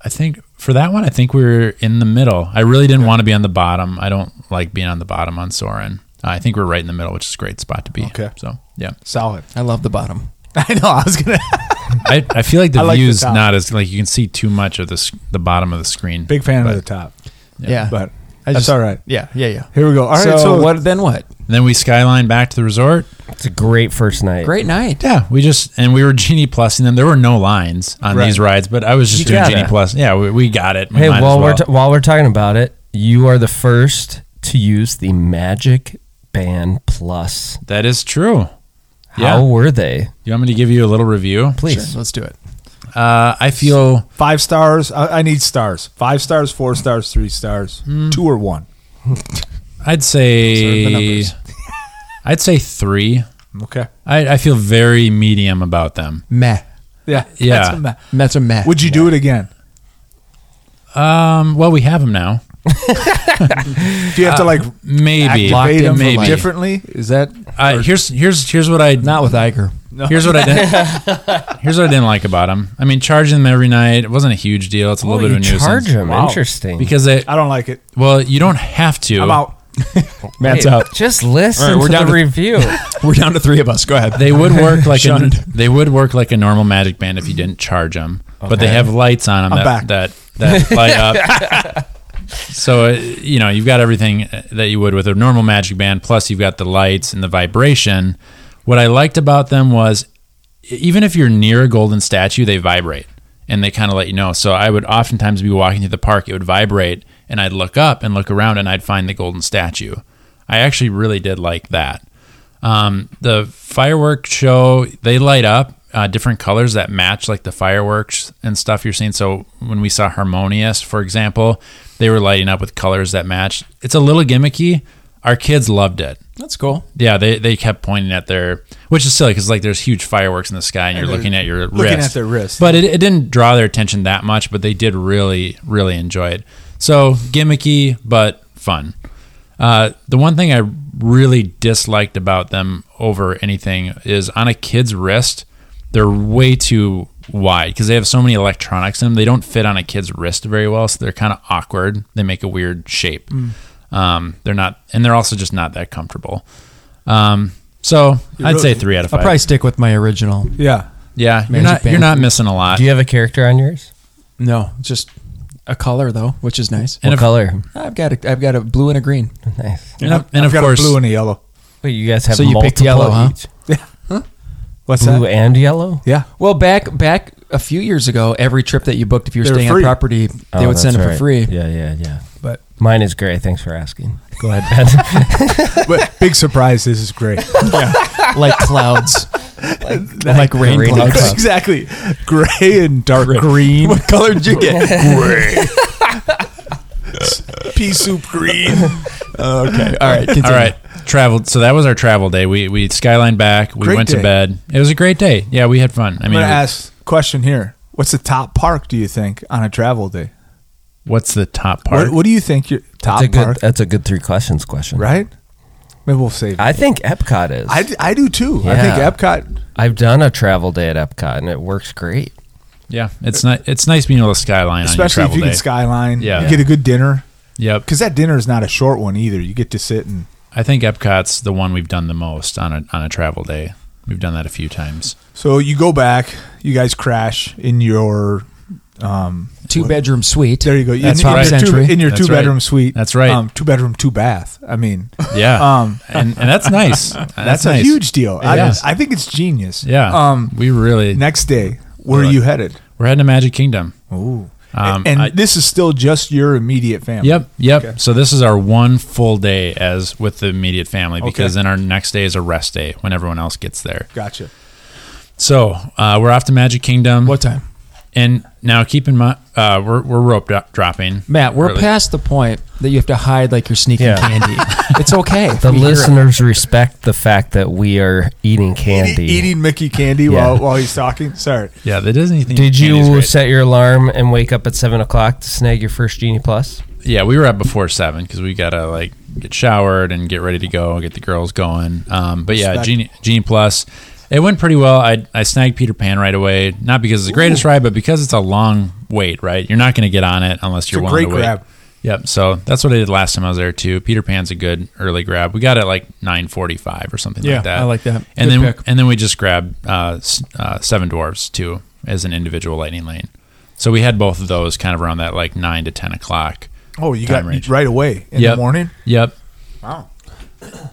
C: I think for that one, I think we were in the middle. I really didn't want to be on the bottom. I don't like being on the bottom on Soren. I think we're right in the middle, which is a great spot to be.
B: Okay.
C: So yeah,
B: Solid.
A: I love the bottom.
B: I know. I was gonna
C: I, I feel like the
B: I like the
C: view's
B: top.
C: not as like you can see too much of the s- the bottom of the screen.
B: big fan
C: But-
B: of the top,
A: Yeah.
B: but
A: I
B: that's
A: just-
B: all right.
A: Yeah, yeah, yeah.
B: Here we go. All right.
A: so,
B: So,
A: what then what?
C: Then we skyline back to the resort.
D: It's a great first night.
A: Great night.
C: Yeah, we just and we were genie plusing them. There were no lines on
B: Right.
C: these rides, but I was just
D: You
C: doing
D: gotta.
C: genie plus. Yeah, we, we got it. We
D: Hey,
C: might as
D: while we're
C: well.
D: t- while we're talking about it, you are the first to use the Magic Band Plus.
C: that is true. Yeah.
D: How were they?
C: You want me to give you a little review?
D: Please.
A: Sure, let's do it.
C: Uh, I feel
B: Five stars. I, I need stars. Five stars, four stars, three stars, two or one.
C: I'd
A: the
C: say
A: numbers.
C: I'd say three.
B: Okay.
C: I, I feel very medium about them.
A: Meh.
B: Yeah.
C: Yeah.
B: That's a ma-
A: That's a meh.
B: Would you do it again?
C: Um, well, we have them now.
B: Do you have to like
C: Maybe,
A: Locked
B: activate
A: in
B: them
A: for
C: maybe.
A: life.
B: differently? Is that
C: Uh, here's here's here's what I
A: not with Iger.
C: Here's what I didn't. here's what I didn't like about them. I mean, charging them every night it wasn't a huge deal. It's a little bit
D: you
C: of a nuisance
D: charge them.
B: Wow.
D: Interesting.
C: because they.
B: I don't like it.
C: Well, you don't have to.
B: I'm out.
A: Matt's
D: Hey,
A: out.
D: Just listen
A: All right, we're
D: to
A: down to-
D: the review.
A: We're down to three of us. Go ahead.
C: They would work like a,
A: Shunned.
C: they would work like a normal magic band if you didn't charge them. But they have lights on them
B: I'm back.
C: that, that that light up. So uh, you know you've got everything uh, that you would with a normal magic band. Plus you've got the lights and the vibration. What I liked about them was e, even if you're near a golden statue, they vibrate and they kind of let you know. So I would oftentimes be walking through the park, it would vibrate, and I'd look up and look around and I'd find the golden statue. I actually really did like that. Um, the fireworks show, they light up uh, different colors that match like the fireworks and stuff you're seeing. So when we saw Harmonious, for example, they were lighting up with colors that matched. It's a little gimmicky. Our kids loved it.
A: That's cool.
C: Yeah, they, they kept pointing at their, which is silly because like there's huge fireworks in the sky and you're
B: they're
C: looking at your
B: looking
C: wrist.
B: at their wrist.
C: But it, it didn't draw their attention that much, but they did really, really enjoy it. So gimmicky, but fun. Uh, the one thing I really disliked about them over anything is on a kid's wrist, they're way too wide because they have so many electronics in them. They don't fit on a kid's wrist very well, so they're kind of awkward. They make a weird shape.
B: Mm.
C: Um, they're not, and they're also just not that comfortable. Um, so I'd say three out of
A: I'll
C: five.
A: probably stick with my original.
B: Yeah.
C: yeah, you're
A: Magic
C: not you're
A: band.
C: not missing a lot.
D: Do you have a character on yours?
A: No, just a color though, which is nice.
D: What color?
A: I've got a, I've got a blue and a green.
D: Nice.
C: and of,
B: I've
C: and of
B: got
C: course,
B: a blue and a yellow.
D: Wait, you guys have
A: So you
D: multiple
A: picked yellow, huh?
D: each?
B: What's
D: Blue
B: that?
D: and yellow?
B: Yeah.
A: Well, back back a few years ago, every trip that you booked, if you were
B: They were
A: staying
B: free.
A: on property, they
D: Oh,
A: would send it
D: that's
A: for
D: right.
A: free.
D: Yeah, yeah, yeah.
B: But-
D: mine is gray. Thanks for asking. Go ahead, Ben.
B: but big surprise. This is great.
A: like clouds, like, rain,
D: rain
A: clouds.
D: clouds.
B: exactly. Gray and dark green.
A: What color did you get?
B: Gray. Pea soup green.
A: okay, all right, continue.
C: All right. Traveled. So that was our travel day. We we skyline back. We
B: Great
C: went
B: day.
C: to bed. It was a great day. Yeah, we had fun. I
B: I'm
C: mean,
B: gonna
C: we-
B: ask question here. What's the top park do you think on a travel day?
C: what's the top part?
B: What, what do you think your top
D: That's a good.
B: park?
D: That's a good three questions question.
B: Right? Maybe we'll save. it.
D: I think Epcot is.
B: I, d- I do too. I think
D: Yeah.
B: Epcot.
D: I've done a travel day at Epcot and it works great.
C: Yeah, it's ni- it's nice being able to skyline
B: especially
C: on
B: if
C: your travel
B: you
C: day.
B: can skyline.
C: Yeah.
B: you get a good dinner
C: yep,
B: because that dinner is not a short one either. You get to sit and
C: I think Epcot's the one we've done the most on a on a travel day. We've done that a few times.
B: so you go back. You guys crash in your. Um,
A: Two bedroom suite.
B: there you go.
A: That's
B: in,
A: Pop
B: in your
A: Century.
B: Two, in your
C: That's
B: two bedroom
C: right.
B: suite.
C: That's right.
B: Um, two bedroom, two bath. I mean,
C: Yeah,
B: um,
C: and and that's nice. That's,
B: that's a
C: nice.
B: huge deal.
C: It
B: I,
C: is.
B: I think it's genius.
C: Yeah,
B: Um,
C: we really
B: next day, where are
C: Right.
B: you headed?
C: we're heading to Magic Kingdom.
B: Ooh.
C: Um,
B: and
C: I-
B: this is still just your immediate family.
C: Yep, yep.
B: Okay.
C: So this is our one full day as with the immediate family because
B: Okay.
C: then our next day is a rest day when everyone else gets there.
B: Gotcha.
C: So uh, we're off to Magic Kingdom.
A: What time?
C: And now keep in mind, uh, we're we're rope dro- dropping.
A: Matt, we're
C: Really?
A: past the point that you have to hide like you're sneaking
D: Yeah.
A: candy. It's okay. if
D: The
A: we hear it.
D: listeners respect the fact that we are eating candy.
B: Eating, eating Mickey candy while, while he's talking. Sorry.
C: Yeah, the Disney thing.
D: Did
C: candy's
D: you
C: great.
D: set your alarm and wake up at seven o'clock to snag your first Genie Plus?
C: yeah, we were up before seven because we gotta like get showered and get ready to go, get the girls going. Um, but yeah,
B: Respect.
C: Genie, Genie Plus, it went pretty well. I I snagged Peter Pan right away, not because it's the greatest ride, but because it's a long wait. Right, you're not gonna get on it unless you're
B: a
C: willing
B: great
C: to wait.
B: grab.
C: Yep. So that's what I did last time I was there too. Peter Pan's a good early grab. We got it at, like nine forty-five or something
A: Yeah,
C: like that.
A: I like that. Good
C: And then
A: pick.
C: and then we just grabbed uh, s- uh, Seven Dwarves too as an individual lightning lane. So we had both of those kind of around that like nine to ten o'clock.
B: Oh, you
C: Time
B: got
C: range.
B: right away in
C: Yep.
B: the morning.
C: Yep.
B: Wow.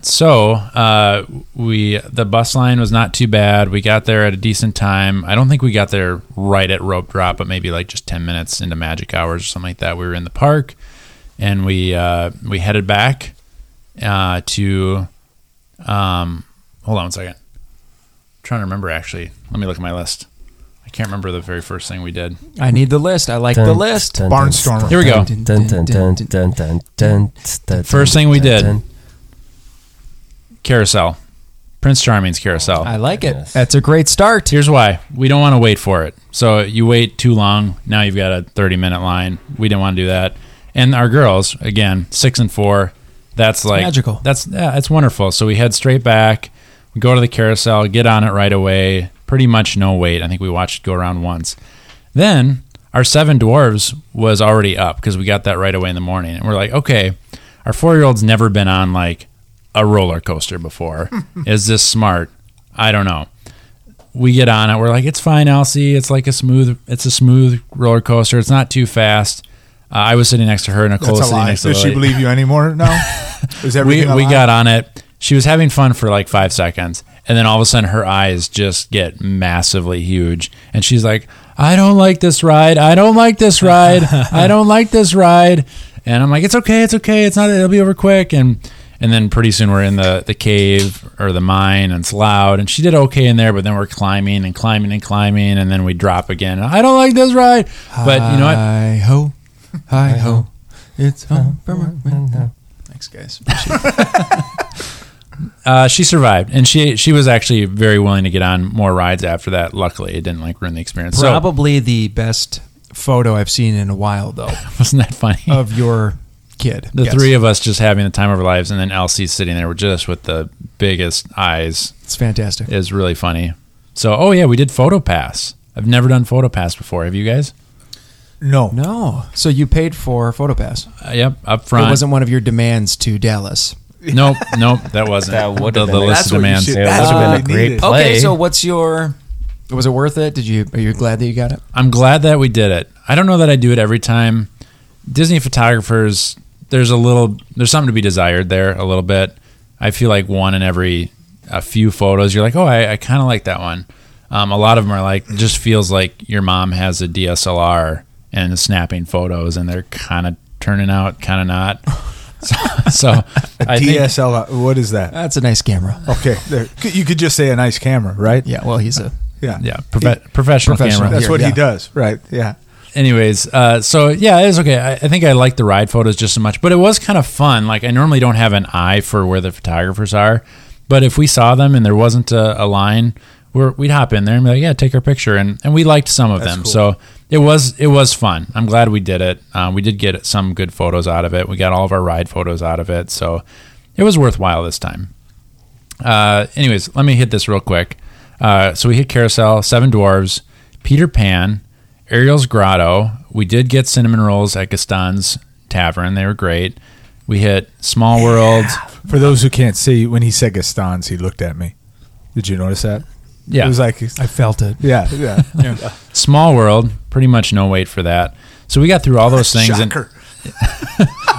C: So uh, we the bus line was not too bad. We got there at a decent time. I don't think we got there right at rope drop, but maybe like just ten minutes into magic hours or something like that. We were in the park, and we uh, we headed back uh, to. Um, hold on one second. I'm trying to remember actually. Let me look at my list. I can't remember the very first thing we did.
A: I need the list. I like the
D: Dun,
A: list.
D: dun, dun,
B: Barnstormer.
C: Here we go.
A: Dun,
D: dun,
A: dun,
D: dun, dun, dun, dun, dun, dun,
C: First thing we
D: dun,
C: did.
D: dun.
C: Carousel, Prince Charming's carousel.
A: I like it.
D: Yes.
A: That's a great start.
C: Here's why we don't want to wait for it. So you wait too long. Now you've got a 30 minute line. We didn't want to do that. And our girls, again, six and four. That's like
A: magical.
C: That's yeah, that's wonderful. So we head straight back. We go to the carousel, get on it right away. Pretty much no wait. I think we watched it go around once. Then our seven dwarves was already up because we got that right away in the morning. And we're like, okay, our four year old's never been on like a roller coaster before. Is this smart? I don't know we get on it. We're like, it's fine, Elsie. It's like a smooth, it's a smooth roller coaster. It's not too fast. Uh, I was sitting next to her, Nicole
B: That's
C: was
B: a
C: sitting
B: lie.
C: next to
B: Does she
C: the-
B: believe you anymore now? Is
C: We,
B: everything a
C: we
B: lie?
C: got on it. She was having fun for like five seconds, and then all of a sudden, her eyes just get massively huge, and she's like, "I don't like this ride. I don't like this ride. I don't like this ride." And I'm like, "It's okay. It's okay. It's not. It'll be over quick." And and then pretty soon we're in the the cave or the mine, and it's loud. And she did okay in there, but then we're climbing and climbing and climbing, and then we drop again. I don't like this ride, but you know what?
A: Hi ho, hi ho. It's home from my- Thanks, guys.
C: Uh, she survived, and she she was actually very willing to get on more rides after that. Luckily, it didn't like ruin the experience. So
A: Probably the best photo I've seen in a while, though,
C: wasn't that funny?
A: of your kid.
C: the three of us just having the time of our lives, and then Elsie sitting there just with the biggest eyes
A: It's fantastic.
C: is really funny. So, oh yeah, we did photo pass. I've never done photo pass before. Have you guys?
B: no.
A: No, so you paid for PhotoPass.
C: Uh, yep, up
A: It
C: front.
A: wasn't one of your demands to Dallas.
C: Nope, nope, that wasn't.
D: That would've
C: the,
D: been
C: the
D: it.
B: That's
C: list of
B: what you
C: demands.
B: should-
D: Yeah, it
B: that's
D: would've
B: what
D: been a
B: we
D: great
B: needed.
D: pl-
A: Okay,
D: Play.
A: so what's your? Was it worth it? Did you? Are you glad that you got it?
C: I'm glad that we did it. I don't know that I do it every time. Disney photographers, there's a little, there's something to be desired there a little bit. I feel like one in every a few photos, you're like, oh, I, I kind of like that one. Um, a lot of them are like, just feels like your mom has a DSLR and is snapping photos, and they're kind of turning out, kind of not. So, so I think
B: DSLR. what is that?
A: That's a nice camera.
B: Okay. There. C- You could just say a nice camera, right?
A: Yeah. Well, he's a.
B: Yeah.
C: yeah, profe-
A: Professional.
C: professional, camera.
B: That's
A: Here,
B: what
A: yeah.
B: he does, right? Yeah.
C: anyways, uh, so yeah, it was okay. I, I think I liked the ride photos just as much, but it was kind of fun. Like I normally don't have an eye for where the photographers are, but if we saw them and there wasn't a, a line, we're, we'd hop in there and be like, yeah, take our picture, and and we liked some of
B: That's
C: them.
B: cool.
C: So it was it was fun. I'm glad we did it. Uh, we did get some good photos out of it. We got all of our ride photos out of it. So. it was worthwhile this time. Uh, anyways, let me hit this real quick. Uh, so we hit Carousel, Seven Dwarves, Peter Pan, Ariel's Grotto. We did get cinnamon rolls at Gaston's Tavern. They were great. We hit Small World.
B: For those who can't see, when he said Gaston's, he looked at me. Did you notice that?
C: Yeah.
B: It was like,
A: I felt it.
B: yeah, yeah.
C: Small World, pretty much no wait for that. So we got through all those things. And,
B: Shocker.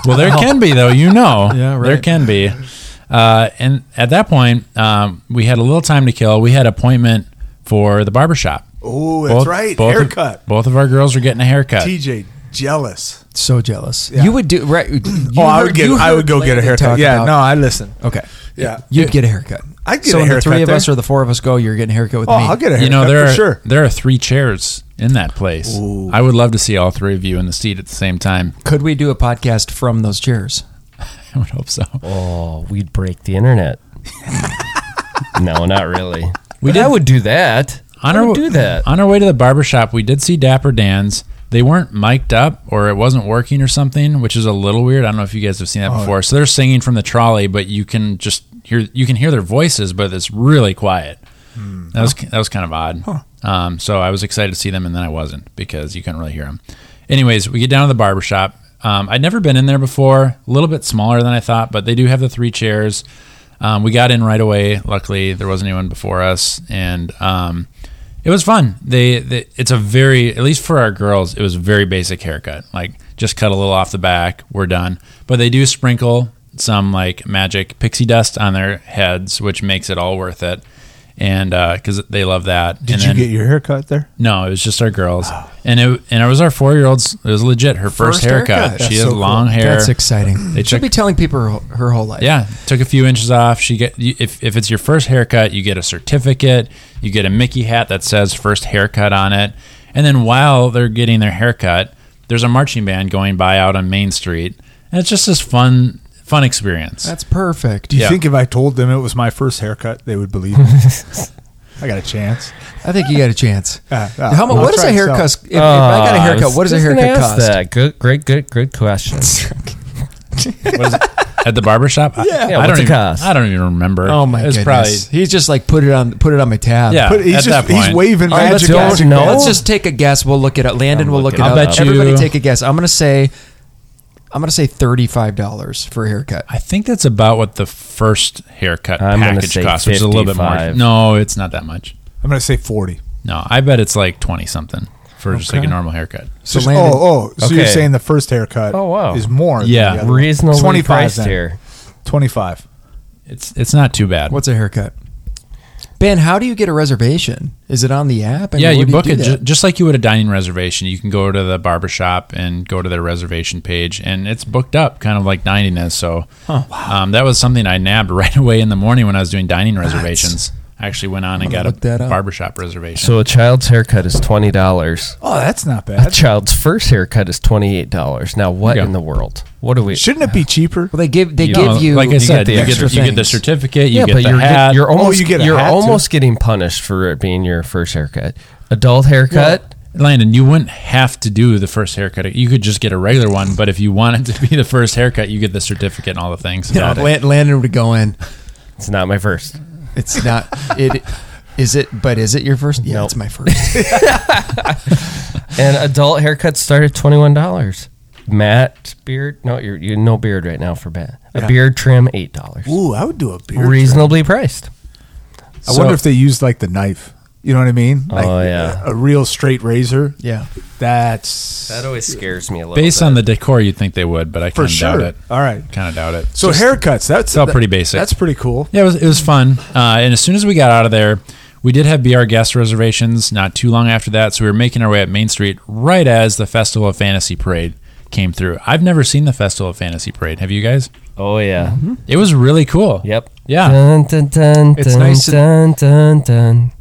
C: well, there can be though, you know.
A: Yeah, right.
C: There can be. Uh, and at that point, um, we had a little time to kill. We had appointment for the barbershop.
B: Oh, that's right. Haircut.
C: Of, both of our girls are getting a haircut.
B: TJ, jealous.
A: So jealous. You would do right. you
B: oh, I
A: heard-
B: would get.
A: you
B: I
A: heard
B: would go get a
A: Landon talk
B: haircut. Yeah,
A: about-
B: no, I listen.
A: Okay.
B: Yeah.
A: You'd get a haircut.
B: I'd get
A: so
B: a
A: when
B: haircut
A: the three of us
B: there.
A: or the four of us go, you're getting a haircut with
B: Oh,
A: me.
B: I'll get a haircut
C: you know, there
B: for
C: are
B: sure.
C: there are three chairs in that place. I would love to see all three of you in the seat at the same time.
A: Could we do a podcast from those chairs?
C: I would hope so.
D: Oh, we'd break the internet. no, not really. We I would do that.
C: On
D: I
C: our
D: would do that.
C: on our way to the barbershop, we did see Dapper Dan's. They weren't mic'd up, or it wasn't working, or something, which is a little weird. I don't know if you guys have seen
D: Oh.
C: that before. So they're singing from the trolley, but you can just hear you can hear their voices, but it's really quiet. That was that was kind of odd. Um, so I was excited to see them, and then I wasn't because you couldn't really hear them. Anyways, we get down to the barbershop. Um, I'd never been in there before. A little bit smaller than I thought, but they do have the three chairs. Um, we got in right away. Luckily, there wasn't anyone before us, and um, it was fun. They, they it's a very at least for our girls, it was a very basic haircut. Like just cut a little off the back, we're done. But they do sprinkle some like magic pixie dust on their heads, which makes it all worth it. And because they love that.
B: Did
C: and
B: you
C: then-
B: get your haircut there?
C: no, it was just our girls, and it and it was our four year olds. It was legit her first,
A: First
C: haircut.
A: haircut.
C: She
B: That's
C: has
B: so cool.
C: long hair.
A: That's exciting.
C: They
A: They
C: took-
A: should be telling people her, her whole life.
C: Yeah, took a few inches off. She get you, if if it's your first haircut, you get a certificate. You get a Mickey hat that says first haircut on it. And then while they're getting their haircut, there's a marching band going by out on Main Street, and it's just this fun fun experience.
A: That's perfect.
B: Do you
C: Yeah.
B: think if I told them it was my first haircut, they would believe me? I got a chance.
A: I think you got a chance.
B: Uh, uh,
A: How much?
B: I'll
A: What is
B: try
A: a
B: and sell.
A: haircut? If, if I
C: Oh,
A: got a
D: Ah,
A: haircut,
D: I was
A: what does a
D: just gonna
A: haircut
D: ask
A: cost?
D: That. Good, great, good, good question.
C: What is it? At the barbershop? Yeah, I,
D: Yeah,
C: I
D: what's
C: don't
D: it
C: even,
D: cost?
C: I don't even remember.
A: Oh my
C: it was
A: goodness!
C: Probably,
A: he's just like put it on put it on my tab.
C: yeah,
B: But he's
C: at
B: just
C: that point.
B: he's waving
A: All right, let's,
B: magic.
A: go.
D: don't
B: magic
D: know.
A: let's just take a guess. We'll look it up. Landon will look it
C: I'll
A: up.
C: bet you-
A: Everybody take a guess. I'm gonna say, I'm gonna say thirty five dollars for a haircut.
C: I think that's about what the first haircut
D: I'm gonna
C: package
D: say
C: costs, which is a little bit more.
D: 55.
C: No, it's not that much.
B: I'm going to say 40.
C: No, I bet it's like twenty something for just like a normal haircut.
A: So
B: Just-
A: Landon,
B: oh, oh, so you're
D: Okay.
B: saying the first haircut
D: Oh, wow.
B: is more
C: Yeah.
B: than the other one.
D: Reasonably
B: 25
D: priced
B: then.
D: here.
B: 25.
C: It's it's not too bad.
A: what's a haircut? Ben, how do you get a reservation? Is it on the app? I mean,
C: yeah,
A: where
C: you
A: do
C: book
A: do
C: it ju-
A: that?
C: just like you would a dining reservation. You can go to the barbershop and go to their reservation page, and it's booked up, kind of like dining is. So um, that was something I nabbed right away in the morning when I was doing dining reservations. I actually went on and
A: gonna
C: got a
A: look that up.
C: barbershop reservation.
D: So a child's haircut is twenty dollars.
B: Oh, that's not
D: A
B: bad.
D: child's first haircut is twenty eight dollars. Now what
C: Yeah.
D: in the world? What do we?
B: Shouldn't it be cheaper?
A: Well, they give they
D: You
A: give
D: know,
A: you
C: like I said,
A: the
C: you, get
A: extra
C: the, you get the
A: things.
C: certificate, you
D: yeah,
C: get
D: but
C: the
D: you're
C: hat.
D: get, you're almost
B: you get a
D: are
B: hat, too.
D: almost getting punished for it being your first haircut. Adult haircut.
C: Landon, you wouldn't have to do the first haircut. You could just get a regular one, but if you wanted to be the first haircut, you get the certificate and all the things.
A: No,
C: about it.
A: Lan- Landon would go in.
D: It's not my first.
A: It's not it. Is it? But is it your first? Yeah,
D: Nope.
A: it's my first.
D: And adult haircuts start at twenty one dollars. Matt beard? No, you're you no beard right now for Matt. A beard trim eight dollars.
B: Ooh, I would do a beard.
D: Reasonably priced.
B: I wonder if they used like the knife. You know what I mean? Like
D: Oh, yeah.
B: A, a real straight razor.
A: Yeah.
B: That's
D: That always scares me a little.
C: Based on the decor, you'd think they would, but I
B: for
C: kind of doubt
B: sure.
C: it.
B: All right.
C: Kind of doubt it.
B: So
C: Just-
B: haircuts. That's
C: It's all pretty basic.
B: That's pretty cool.
C: Yeah, it was, it was fun. Uh, and as soon as we got out of there, we did have BR guest reservations not too long after that. So we were making our way up Main Street right as the Festival of Fantasy Parade came through. I've never seen the Festival of Fantasy Parade. Have you guys?
D: oh yeah.
C: It was really cool.
D: Yep.
C: Mm-hmm. Yeah.
D: Dun, dun, dun,
A: It's
D: dun,
A: nice to-
D: Dun, dun, dun.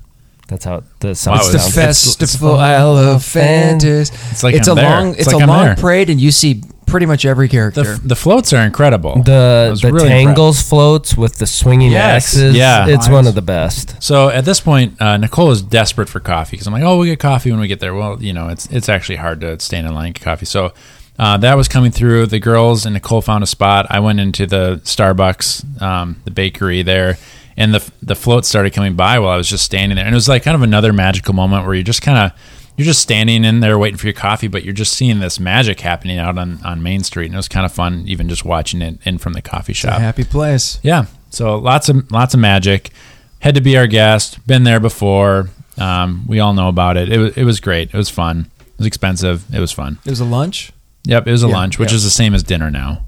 D: That's how the song
C: Wow,
A: It's the
C: it's-
D: sounds.
A: festival of fantasy.
C: It's like
A: it's
C: I'm
A: a
C: there.
A: long,
C: It's
A: it's,
C: like
A: a
C: I'm
A: long
C: there.
A: parade, and you see pretty much every
C: The,
A: character.
C: the floats are incredible. I
D: the
C: was
D: the
C: really impressed.
D: tangles floats with the swinging
C: Yes.
D: axes.
C: Yeah.
D: it's
B: Nice.
D: one of the best.
C: So at this point, uh, Nicole is desperate for coffee because I'm like, oh, we'll get coffee when we get there. Well, you know, it's it's actually hard to stand in line and get coffee. So Uh, that was coming through. The girls and Nicole found a spot. I went into the Starbucks, um, the bakery there, and the the float started coming by while I was just standing there. And it was like kind of another magical moment where you're just kind of you're just standing in there waiting for your coffee, but you're just seeing this magic happening out on on Main Street. And it was kind of fun, even just watching it in from the coffee
A: It's a
C: shop.
A: happy place.
C: Yeah. So lots of lots of magic. Had to be our guest. Been there before. Um, we all know about it. It was it was great. It was fun. It was expensive. It was fun.
A: It was a lunch.
C: Yep. It was a
A: Yeah,
C: lunch, which
A: yeah.
C: is the same as dinner now.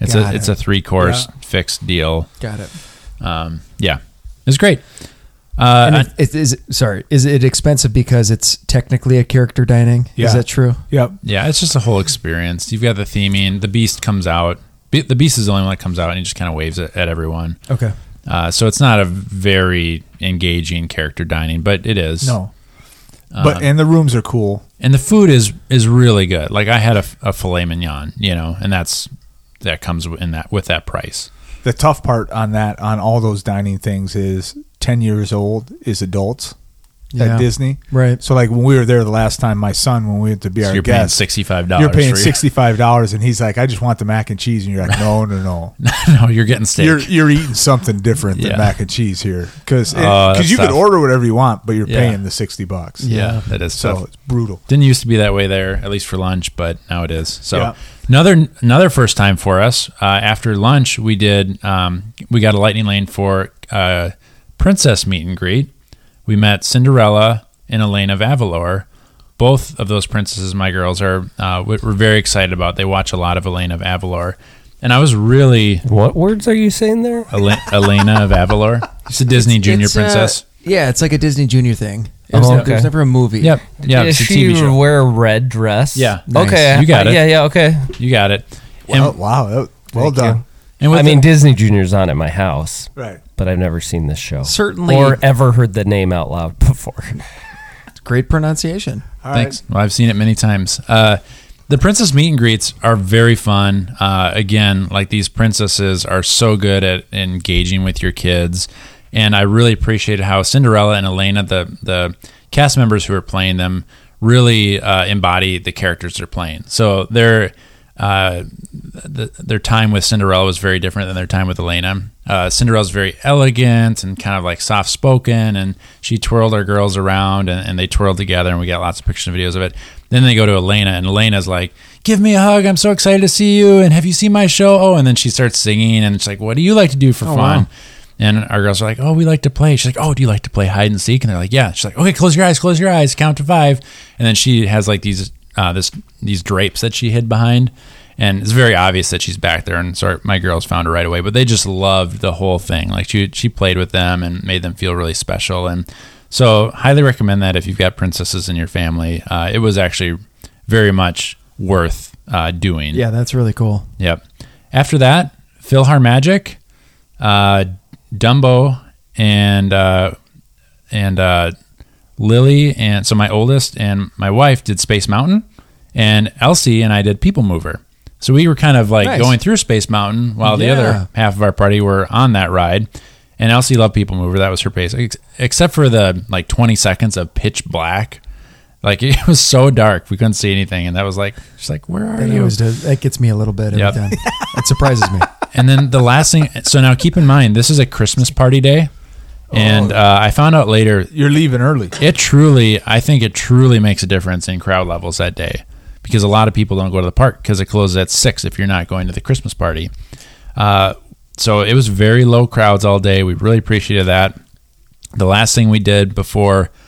C: It's
A: Got
C: a it's
A: it.
C: a three course fixed deal.
A: Got it.
C: Um, yeah. It was great. Uh,
A: And it, it, is it, sorry, is it expensive because it's technically a character dining?
B: Yeah.
A: Is that true?
B: Yep.
C: yeah. It's just a whole experience. You've got the theming. The beast comes out. Be- the beast is the only one that comes out, and he just kind of waves it at everyone.
A: Okay.
C: Uh, so it's not a very engaging character dining, but it is.
B: No. But and the rooms are cool.
C: and the food is is really good. Like I had a, a filet mignon, you know, and that's that comes in that with that price.
B: The tough part on that on all those dining things is 10 years old is adults
A: Yeah.
B: at Disney.
A: Right.
B: So like when we were there the last time my son when we went to be
C: So
B: our
C: you're paying
B: guest
C: sixty five dollars.
B: you're paying $65 and he's like I just want the mac and cheese and you're like no no no.
C: no, you're getting steak.
B: You're you're eating something different than
C: Yeah.
B: mac and cheese here cuz
C: Oh, that's
B: you could
C: tough.
B: order whatever you want but you're
C: Yeah.
B: paying the 60 bucks.
C: yeah, that is
B: So
C: tough.
B: it's brutal.
C: Didn't used to be that way there, at least for lunch, but now it is. So
B: Yeah.
C: another another first time for us. Uh, after lunch, we did um, we got a lightning lane for uh, princess meet and greet. We met Cinderella and Elena Avalor. Both of those princesses, my girls are uh, we- we're very excited about. They watch a lot of Elena of Avalor, and I was really
D: What words are you saying there?
C: Ele- Elena of Avalor. She's a Disney junior
A: It's, uh,
C: princess.
A: yeah, it's like a Disney Junior thing. There's,
D: Oh,
A: ne-
D: okay.
A: there's never a movie.
C: yep, yeah,
D: Did
C: it's a
D: she
C: TV show.
D: wear a red dress?
C: Yeah.
A: Nice.
D: Okay.
C: You got
D: Uh,
C: it.
D: Yeah. Yeah. Okay.
C: You got it. And-
B: Well, wow. that- well
D: Thank
B: done.
C: and with
D: I
C: the-
D: mean, Disney Junior's on at my house,
B: Right.
D: but I've never seen this show.
A: Certainly-
D: Or ever heard the name out loud before.
A: Great pronunciation.
B: All right.
C: Thanks. Well, I've seen it many times. Uh, the princess meet and greets are very fun. Uh, again, like these princesses are so good at engaging with your kids, and I really appreciated how Cinderella and Elena, the the cast members who are playing them, really uh, embody the characters they're playing. So they're uh, the, their time with Cinderella was very different than their time with Elena. Uh, Cinderella's very elegant and kind of like soft spoken, and she twirled our girls around and, and they twirled together, and we got lots of pictures and videos of it. Then they go to Elena, and Elena's like, Give me a hug. I'm so excited to see you. And have you seen my show? Oh, and then she starts singing, and it's like, What do you like to do for fun? And our girls are like, oh, we like to play. She's like, oh, do you like to play hide and seek? And they're like, yeah. She's like, okay, close your eyes, close your eyes, count to five. And then she has like these uh, this these drapes that she hid behind, and it's very obvious that she's back there. And sorry, my girls found her right away, but they just loved the whole thing. Like she she played with them and made them feel really special. And so, highly recommend that if you've got princesses in your family, uh, it was actually very much worth uh, doing.
A: Yeah, that's really cool.
C: Yep. After that, Philhar Magic, uh, Dumbo, and uh, and uh, Lily, and so my oldest and my wife did Space Mountain, and Elsie and I did People Mover. So we were kind of like
A: Nice.
C: going through Space Mountain while
A: Yeah.
C: the other half of our party were on that ride. And Elsie loved People Mover. That was her pace, ex- except for the like 20 seconds of pitch black. Like it was so dark, we couldn't see anything, and that was like, she's like, "Where are
A: That
C: you?"
A: always does. That gets me a little bit every
C: Yep.
A: time. It surprises me.
C: and then the last thing so now keep in mind this is a christmas party day and uh, i found out later
B: You're leaving early.
C: it truly i think it truly makes a difference in crowd levels that day because a lot of people don't go to the park because it closes at six if you're not going to the christmas party uh, so it was very low crowds all day we really appreciated that the last thing we did before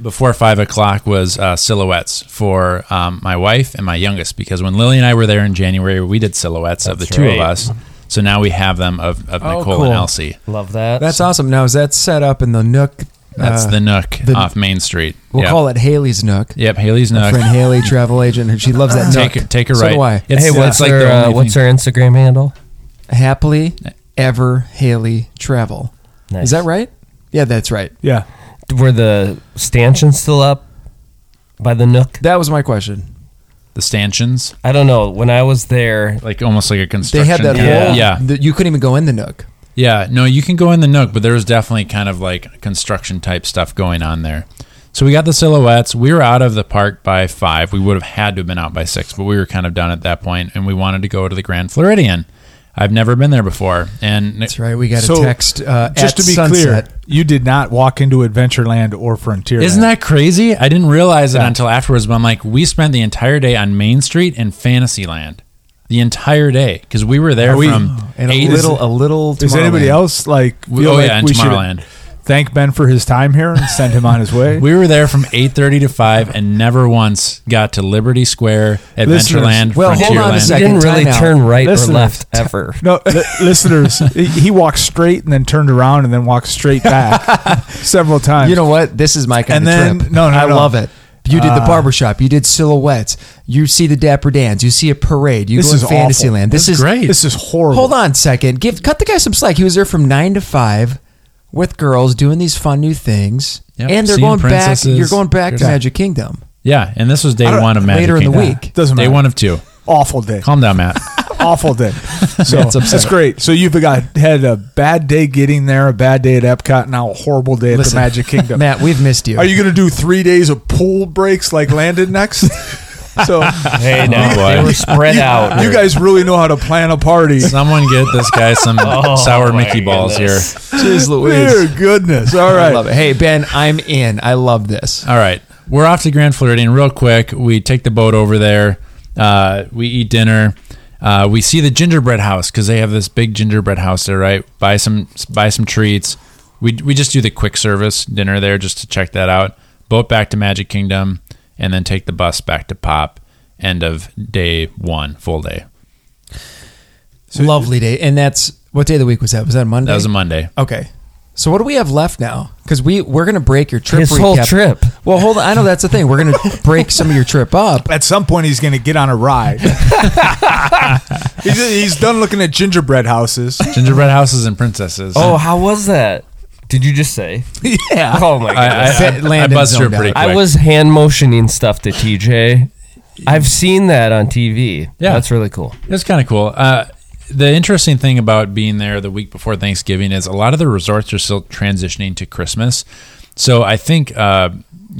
C: before five o'clock was uh, silhouettes for um, my wife and my youngest because when Lily and I were there in January, we did silhouettes of the
D: That's
C: two
D: right.
C: of us. So now we have them of, of
A: Oh,
C: Nicole
A: cool.
C: and Elsie.
D: Love that.
A: That's awesome. Now is that set up in the Nook?
C: That's
A: uh,
C: the Nook
A: the-
C: off Main Street.
A: We'll
C: yep.
A: call it Haley's Nook.
C: Yep, Haley's
A: My
C: Nook.
A: friend Haley, travel agent, and she loves that
C: Take
A: Nook.
C: take a
A: so
C: right.
A: Do I.
C: It's,
D: hey,
C: it's
D: what's
C: like
D: her
C: the
D: uh,
C: only
D: what's
C: thing-
D: her Instagram handle?
A: Happily ever Haley travel.
D: Nice.
A: Is that right? Yeah, that's right.
B: Yeah.
D: Were the stanchions still up by the nook?
A: That was my question.
C: the stanchions,
D: I don't know. When I was there,
C: like almost like a
A: They
C: construction.
A: had that
D: Yeah.
A: whole.
C: yeah,
A: the- you couldn't even go in the Nook.
C: Yeah, no, you can go in the Nook, but there was definitely kind of like construction type stuff going on there. So we got the silhouettes. We were out of the park by five. We would have had to have been out by six, but we were kind of done at that point, and we wanted to go to the Grand Floridian. I've never been there before, and
A: That's right. We got a text uh,
B: just
A: at
B: to be
A: sunset.
B: clear, you did not walk into Adventureland or Frontier.
C: Isn't that crazy? I didn't realize it until afterwards, but I'm like, we spent the entire day on Main Street in Fantasyland. The entire day. Because we were there
B: Are we-
C: from
A: And a
C: eight
A: little, a little.
B: Does anybody
A: Tomorrowland.
B: else like?
C: We-
B: feel
C: oh,
B: like
C: yeah, in
B: we should
C: Tomorrowland.
B: Thank Ben for his time here and send him on his way.
C: We were there from eight thirty to five and never once got to Liberty Square,
B: Listeners,
C: Adventureland,
A: well, hold on a
C: Frontierland.
D: He
A: second.
D: didn't really
A: timeout.
D: turn right or
B: Listeners,
D: left ever.
B: No, li- listeners, he he walked straight and then turned around and then walked straight back several times.
A: You know what? This is my kind
B: And
A: of
B: then-
A: trip.
B: no, no,
A: I
B: no.
A: love it. You did the
B: Ah.
A: barbershop. You did silhouettes. You see the Dapper Dans. You see a parade. You
B: This
A: go
B: is
A: to
B: awful.
A: Fantasyland. This,
C: That's
A: is
C: great.
B: this is horrible.
A: Hold on a second. Give cut the guy some slack. He was there from nine to five with girls doing these fun new things,
C: Yep.
A: and they're
C: Seeing
A: going back.
C: princesses.
A: You're going back to
C: Yeah.
A: Magic Kingdom.
C: yeah, and this was day
B: I don't-
C: one of Magic
A: later in the
C: Kingdom.
A: week.
B: Doesn't
C: Day
B: matter.
C: one of two.
B: Awful day.
C: Calm down, Matt.
B: Awful day. So
C: Matt's upset.
B: that's great. So you've got had a bad day getting there, a bad day at Epcot, now a horrible day at
A: Listen,
B: the Magic Kingdom.
A: Matt, we've missed you.
B: Are you going to do three days of pool breaks like Landon next? so
D: Hey,
C: no,
D: no,
C: boy.
D: they were spread out.
B: you guys really know how to plan a party.
C: Someone get this guy some sour
D: Oh, my
C: Mickey balls
D: goodness.
C: here.
A: Jeez
B: Dear
A: Louise?
B: goodness. All
A: I
B: right.
A: love it. Hey Ben, I'm in. I love this.
C: All right, we're off to Grand Floridian real quick. We take the boat over there. Uh, we eat dinner. Uh, we see the gingerbread house because they have this big gingerbread house there, right? Buy some buy some treats. We we just do the quick service dinner there just to check that out. Boat back to Magic Kingdom, and then take the bus back to Pop. End of day one, full day.
A: Lovely day. And that's what day of the week was that? Was that Monday?
C: That was a Monday.
A: Okay. So what do we have left now? Because we we're gonna break your trip.
D: His
A: recap.
D: whole trip.
A: Well, hold on. I know that's the thing. We're gonna break some of your trip up.
B: At some point, he's going to get on a ride. he's, he's done looking at gingerbread houses.
C: Gingerbread houses and princesses.
D: Oh, how was that? Did you just say?
A: yeah.
D: Oh my
C: I,
D: god.
C: I, I, I
A: Landon
C: buzzed through
A: zoned
C: it pretty quick.
A: out.
D: I was hand motioning stuff to TJ. I've seen that on TV.
C: Yeah.
D: That's really cool.
C: It's kind of cool. Uh, the interesting thing about being there the week before Thanksgiving is a lot of the resorts are still transitioning to Christmas. So I think uh,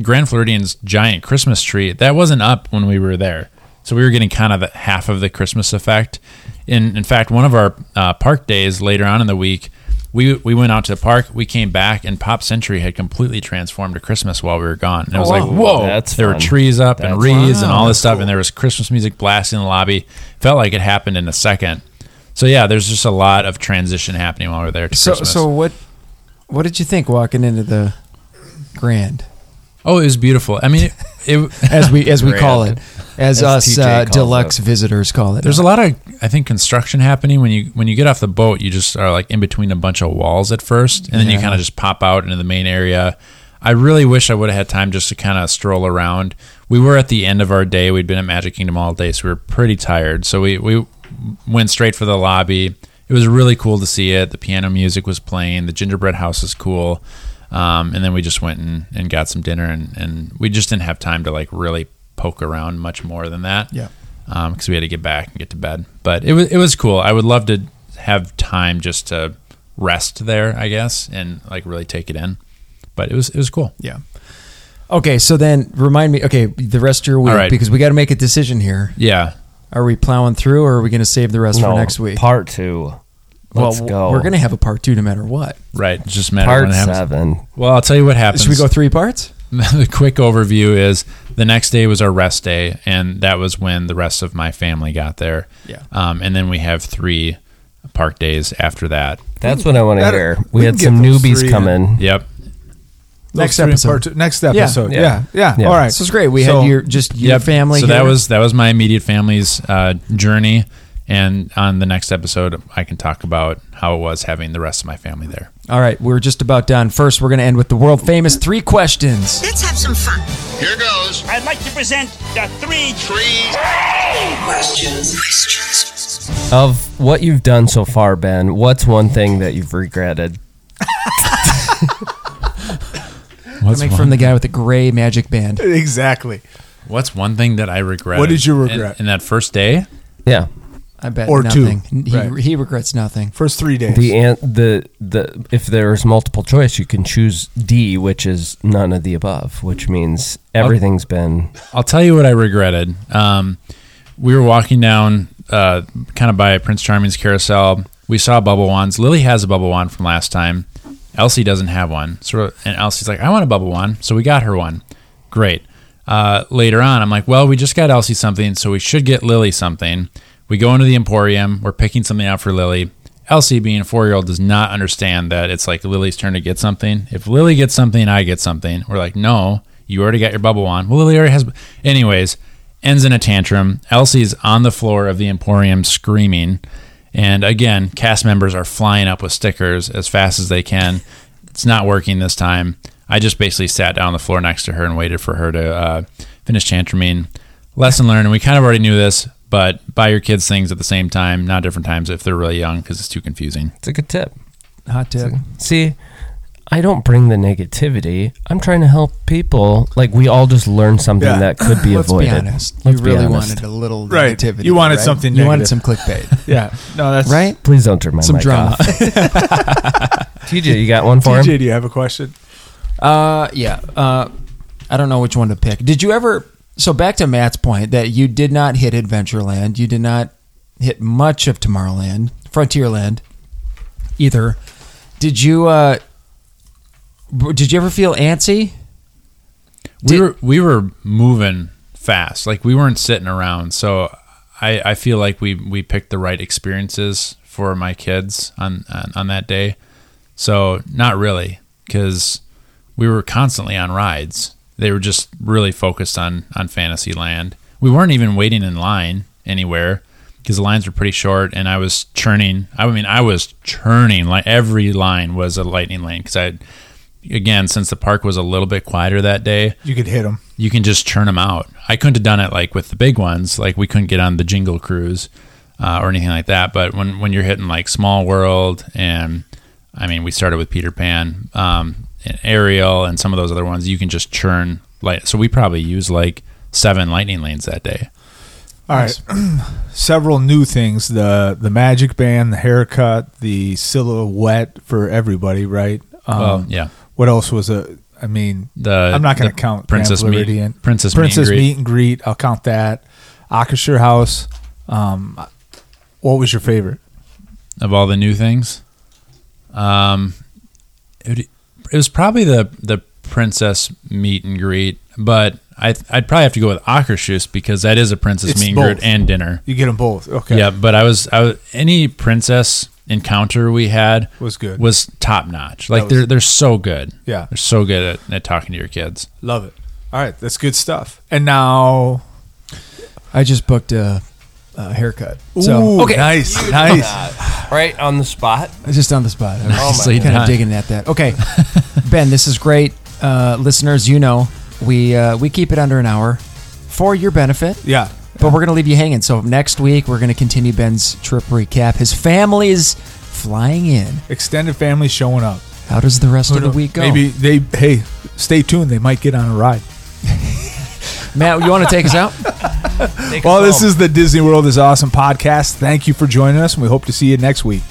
C: Grand Floridian's giant Christmas tree that wasn't up when we were there, so we were getting kind of the, half of the Christmas effect. In in fact, one of our uh, park days later on in the week, we we went out to the park, we came back, and Pop Century had completely transformed to Christmas while we were gone. And it was
A: wow.
C: like, whoa,
D: Oh, That's
C: there were
D: fun.
C: trees up and
D: That's
C: wreaths and
A: Wow.
C: all this stuff, and there was Christmas music blasting in the lobby. Felt like it happened in a second. So yeah, there's just a lot of transition happening while we're there. To
A: So
C: Christmas.
A: so what what did you think walking into the Grand
C: oh, it was beautiful. I mean, it, it,
A: as we as we call it
D: Grand.
A: as,
D: As
A: us
D: TJ
A: uh,
D: calls
A: deluxe visitors call it.
C: there's a lot of I think construction happening when you when you get off the boat. You just are like in between a bunch of walls at first, and then you
A: Yeah.
C: kind of just pop out into the main area. I really wish I would have had time just to kind of stroll around. We were at the end of our day. We'd been at Magic Kingdom all day, so we were pretty tired. So we we went straight for the lobby. It was really cool to see it. The piano music was playing. The gingerbread house is cool. Um, and then we just went and, and got some dinner, and, and we just didn't have time to like really poke around much more than that
A: Yeah.
C: because we had to get back and get to bed. But it was it was cool. I would love to have time just to rest there, I guess, and like really take it in. But it was it was cool.
A: yeah. Okay, so then remind me. Okay, the rest of your week
C: All right.
A: because we got to make a decision here.
C: Yeah,
A: Are we plowing through, or are we going to save the rest for
D: No,
A: next week?
D: Part two. Let's
A: well,
D: go.
A: we're going to have a part two no matter what.
C: right. It's just a matter of
D: part
C: when it happens.
D: seven.
C: Well, I'll tell you what happens.
A: Should we go three parts?
C: the quick overview is the next day was our rest day, and that was when the rest of my family got there.
A: Yeah.
C: Um, and then we have three park days after that.
D: That's what I want to
B: That-
D: hear.
B: we
D: We
B: can
D: had
B: get
D: some
B: those
D: newbies
B: three
D: coming.
C: Yep.
B: Those
A: Next
B: three in
A: episode.
B: part two- next episode. Yeah. Yeah. Yeah.
D: Yeah.
B: All right.
A: This was great. We
B: So-
A: had your just your
C: Yep.
A: family.
C: So that
A: here.
C: was that was my immediate family's uh, journey, and on the next episode, I can talk about how it was having the rest of my family there.
A: all right. We're just about done. First, we're going to end with the world famous three questions.
E: Let's have some fun.
F: Here goes.
G: I'd like to present the three
F: Three.
D: Of what you've done so far, Ben, what's one thing that you've regretted?
C: What's
A: Coming
C: one,
A: from the guy with the gray magic band.
B: Exactly.
C: what's one thing that I regret?
B: What did you regret?
C: in, in that first day?
D: Yeah.
A: I bet
B: Or two.
A: nothing. He,
B: Right.
A: he regrets nothing.
B: First three days.
D: The an- the the if there's multiple choice, you can choose D, which is none of the above, which means everything's been
C: I'll tell you what I regretted. Um, we were walking down uh, kind of by Prince Charming's carousel. We saw bubble wands. Lily has a bubble wand from last time. Elsie doesn't have one. So and Elsie's like, I want a bubble wand. So we got her one. Great. Uh, later on, I'm like, well, we just got Elsie something, so we should get Lily something. We go into the Emporium. We're picking something out for Lily. Elsie, being a four year old, does not understand that it's like Lily's turn to get something. If Lily gets something, I get something. We're like, no, you already got your bubble wand. Well, Lily already has. Anyways, ends in a tantrum. Elsie's on the floor of the Emporium screaming. And again, cast members are flying up with stickers as fast as they can. It's not working this time. I just basically sat down on the floor next to her and waited for her to uh, finish tantruming. Lesson learned. And we kind of already knew this, but buy your kids things at the same time, not different times if they're really young because it's too confusing.
D: it's a good tip.
A: Hot tip.
D: See, I don't bring the negativity. I'm trying to help people. Like we all just learn something
B: Yeah.
D: that could be
A: Let's
D: avoided.
A: be honest.
D: Let's
A: you
D: be
A: really
D: honest.
A: wanted a little
B: Right.
A: negativity.
B: You wanted
A: right?
B: something
A: You wanted
B: negative.
A: some clickbait,
B: yeah. No, that's
A: right?
D: Please don't turn Oh my
A: Some
D: mic
A: drama.
D: off. TJ, you got one for him?
B: TJ, do you have a question?
A: Uh, yeah. Uh, I don't know which one to pick. Did you ever? So back to Matt's point that you did not hit Adventureland. You did not hit much of Tomorrowland, Frontierland, either. Did you? Uh, w- did you ever feel antsy?
C: We
A: Did-
C: were we were moving fast, like we weren't sitting around. So I, I feel like we we picked the right experiences for my kids on on, on that day. So not really, because we were constantly on rides. They were just really focused on on Fantasyland. We weren't even waiting in line anywhere because the lines were pretty short, and I was churning. I mean, I was churning like every line was a lightning lane because I, again, since the park was a little bit quieter that day,
B: You could hit him.
C: you can just churn them out. I couldn't have done it like with the big ones, like we couldn't get on the Jingle Cruise uh, or anything like that. But when when you're hitting like Small World and I mean, we started with Peter Pan um, and Ariel and some of those other ones, you can just churn light. So we probably used like seven lightning lanes that day.
B: All right. Several new things: the the magic band, the haircut, the silhouette for everybody. Right. Um,
C: well, yeah,
B: What else was a? I mean,
C: the
B: I'm not going to
C: the
B: count
C: Princess
B: Grand
C: meet,
B: Floridian.
C: Princess,
B: Princess
C: meet, and greet.
B: meet and greet. I'll count that. Akasher House. Um, what was your favorite?
C: of all the new things. Um, it, it was probably the the princess meet and greet, but I I'd probably have to go with Akershus because that is a princess
B: It's
C: meet and
B: both.
C: greet and dinner.
B: You get them both. Okay.
C: Yeah, but I was, I was any princess encounter we had
B: Was good.
C: was top notch. Like
B: That was-
C: they're they're so good.
B: Yeah.
C: they're so good at, at talking to your kids.
B: Love it. All right, that's good stuff. And now,
A: I just booked a, a haircut.
B: Ooh,
A: So
B: okay, nice, nice.
D: Right on the spot.
A: I was just on the spot. I was
D: Oh
A: just
C: my
A: kind
C: God.
A: of digging at that. Okay, Ben, this is great. Uh, listeners, you know we uh, we keep it under an hour for your benefit.
B: Yeah,
A: But we're going to leave you hanging. So next week, we're going to continue Ben's trip recap. His family's flying in.
B: extended family showing up.
A: How does the rest of the week go?
B: Maybe they. Hey, stay tuned. They might get on a ride.
A: Matt, you want to take us out?
D: Take us
B: Well, this
D: home.
B: is the Disney World is Awesome podcast. Thank you for joining us, and we hope to see you next week.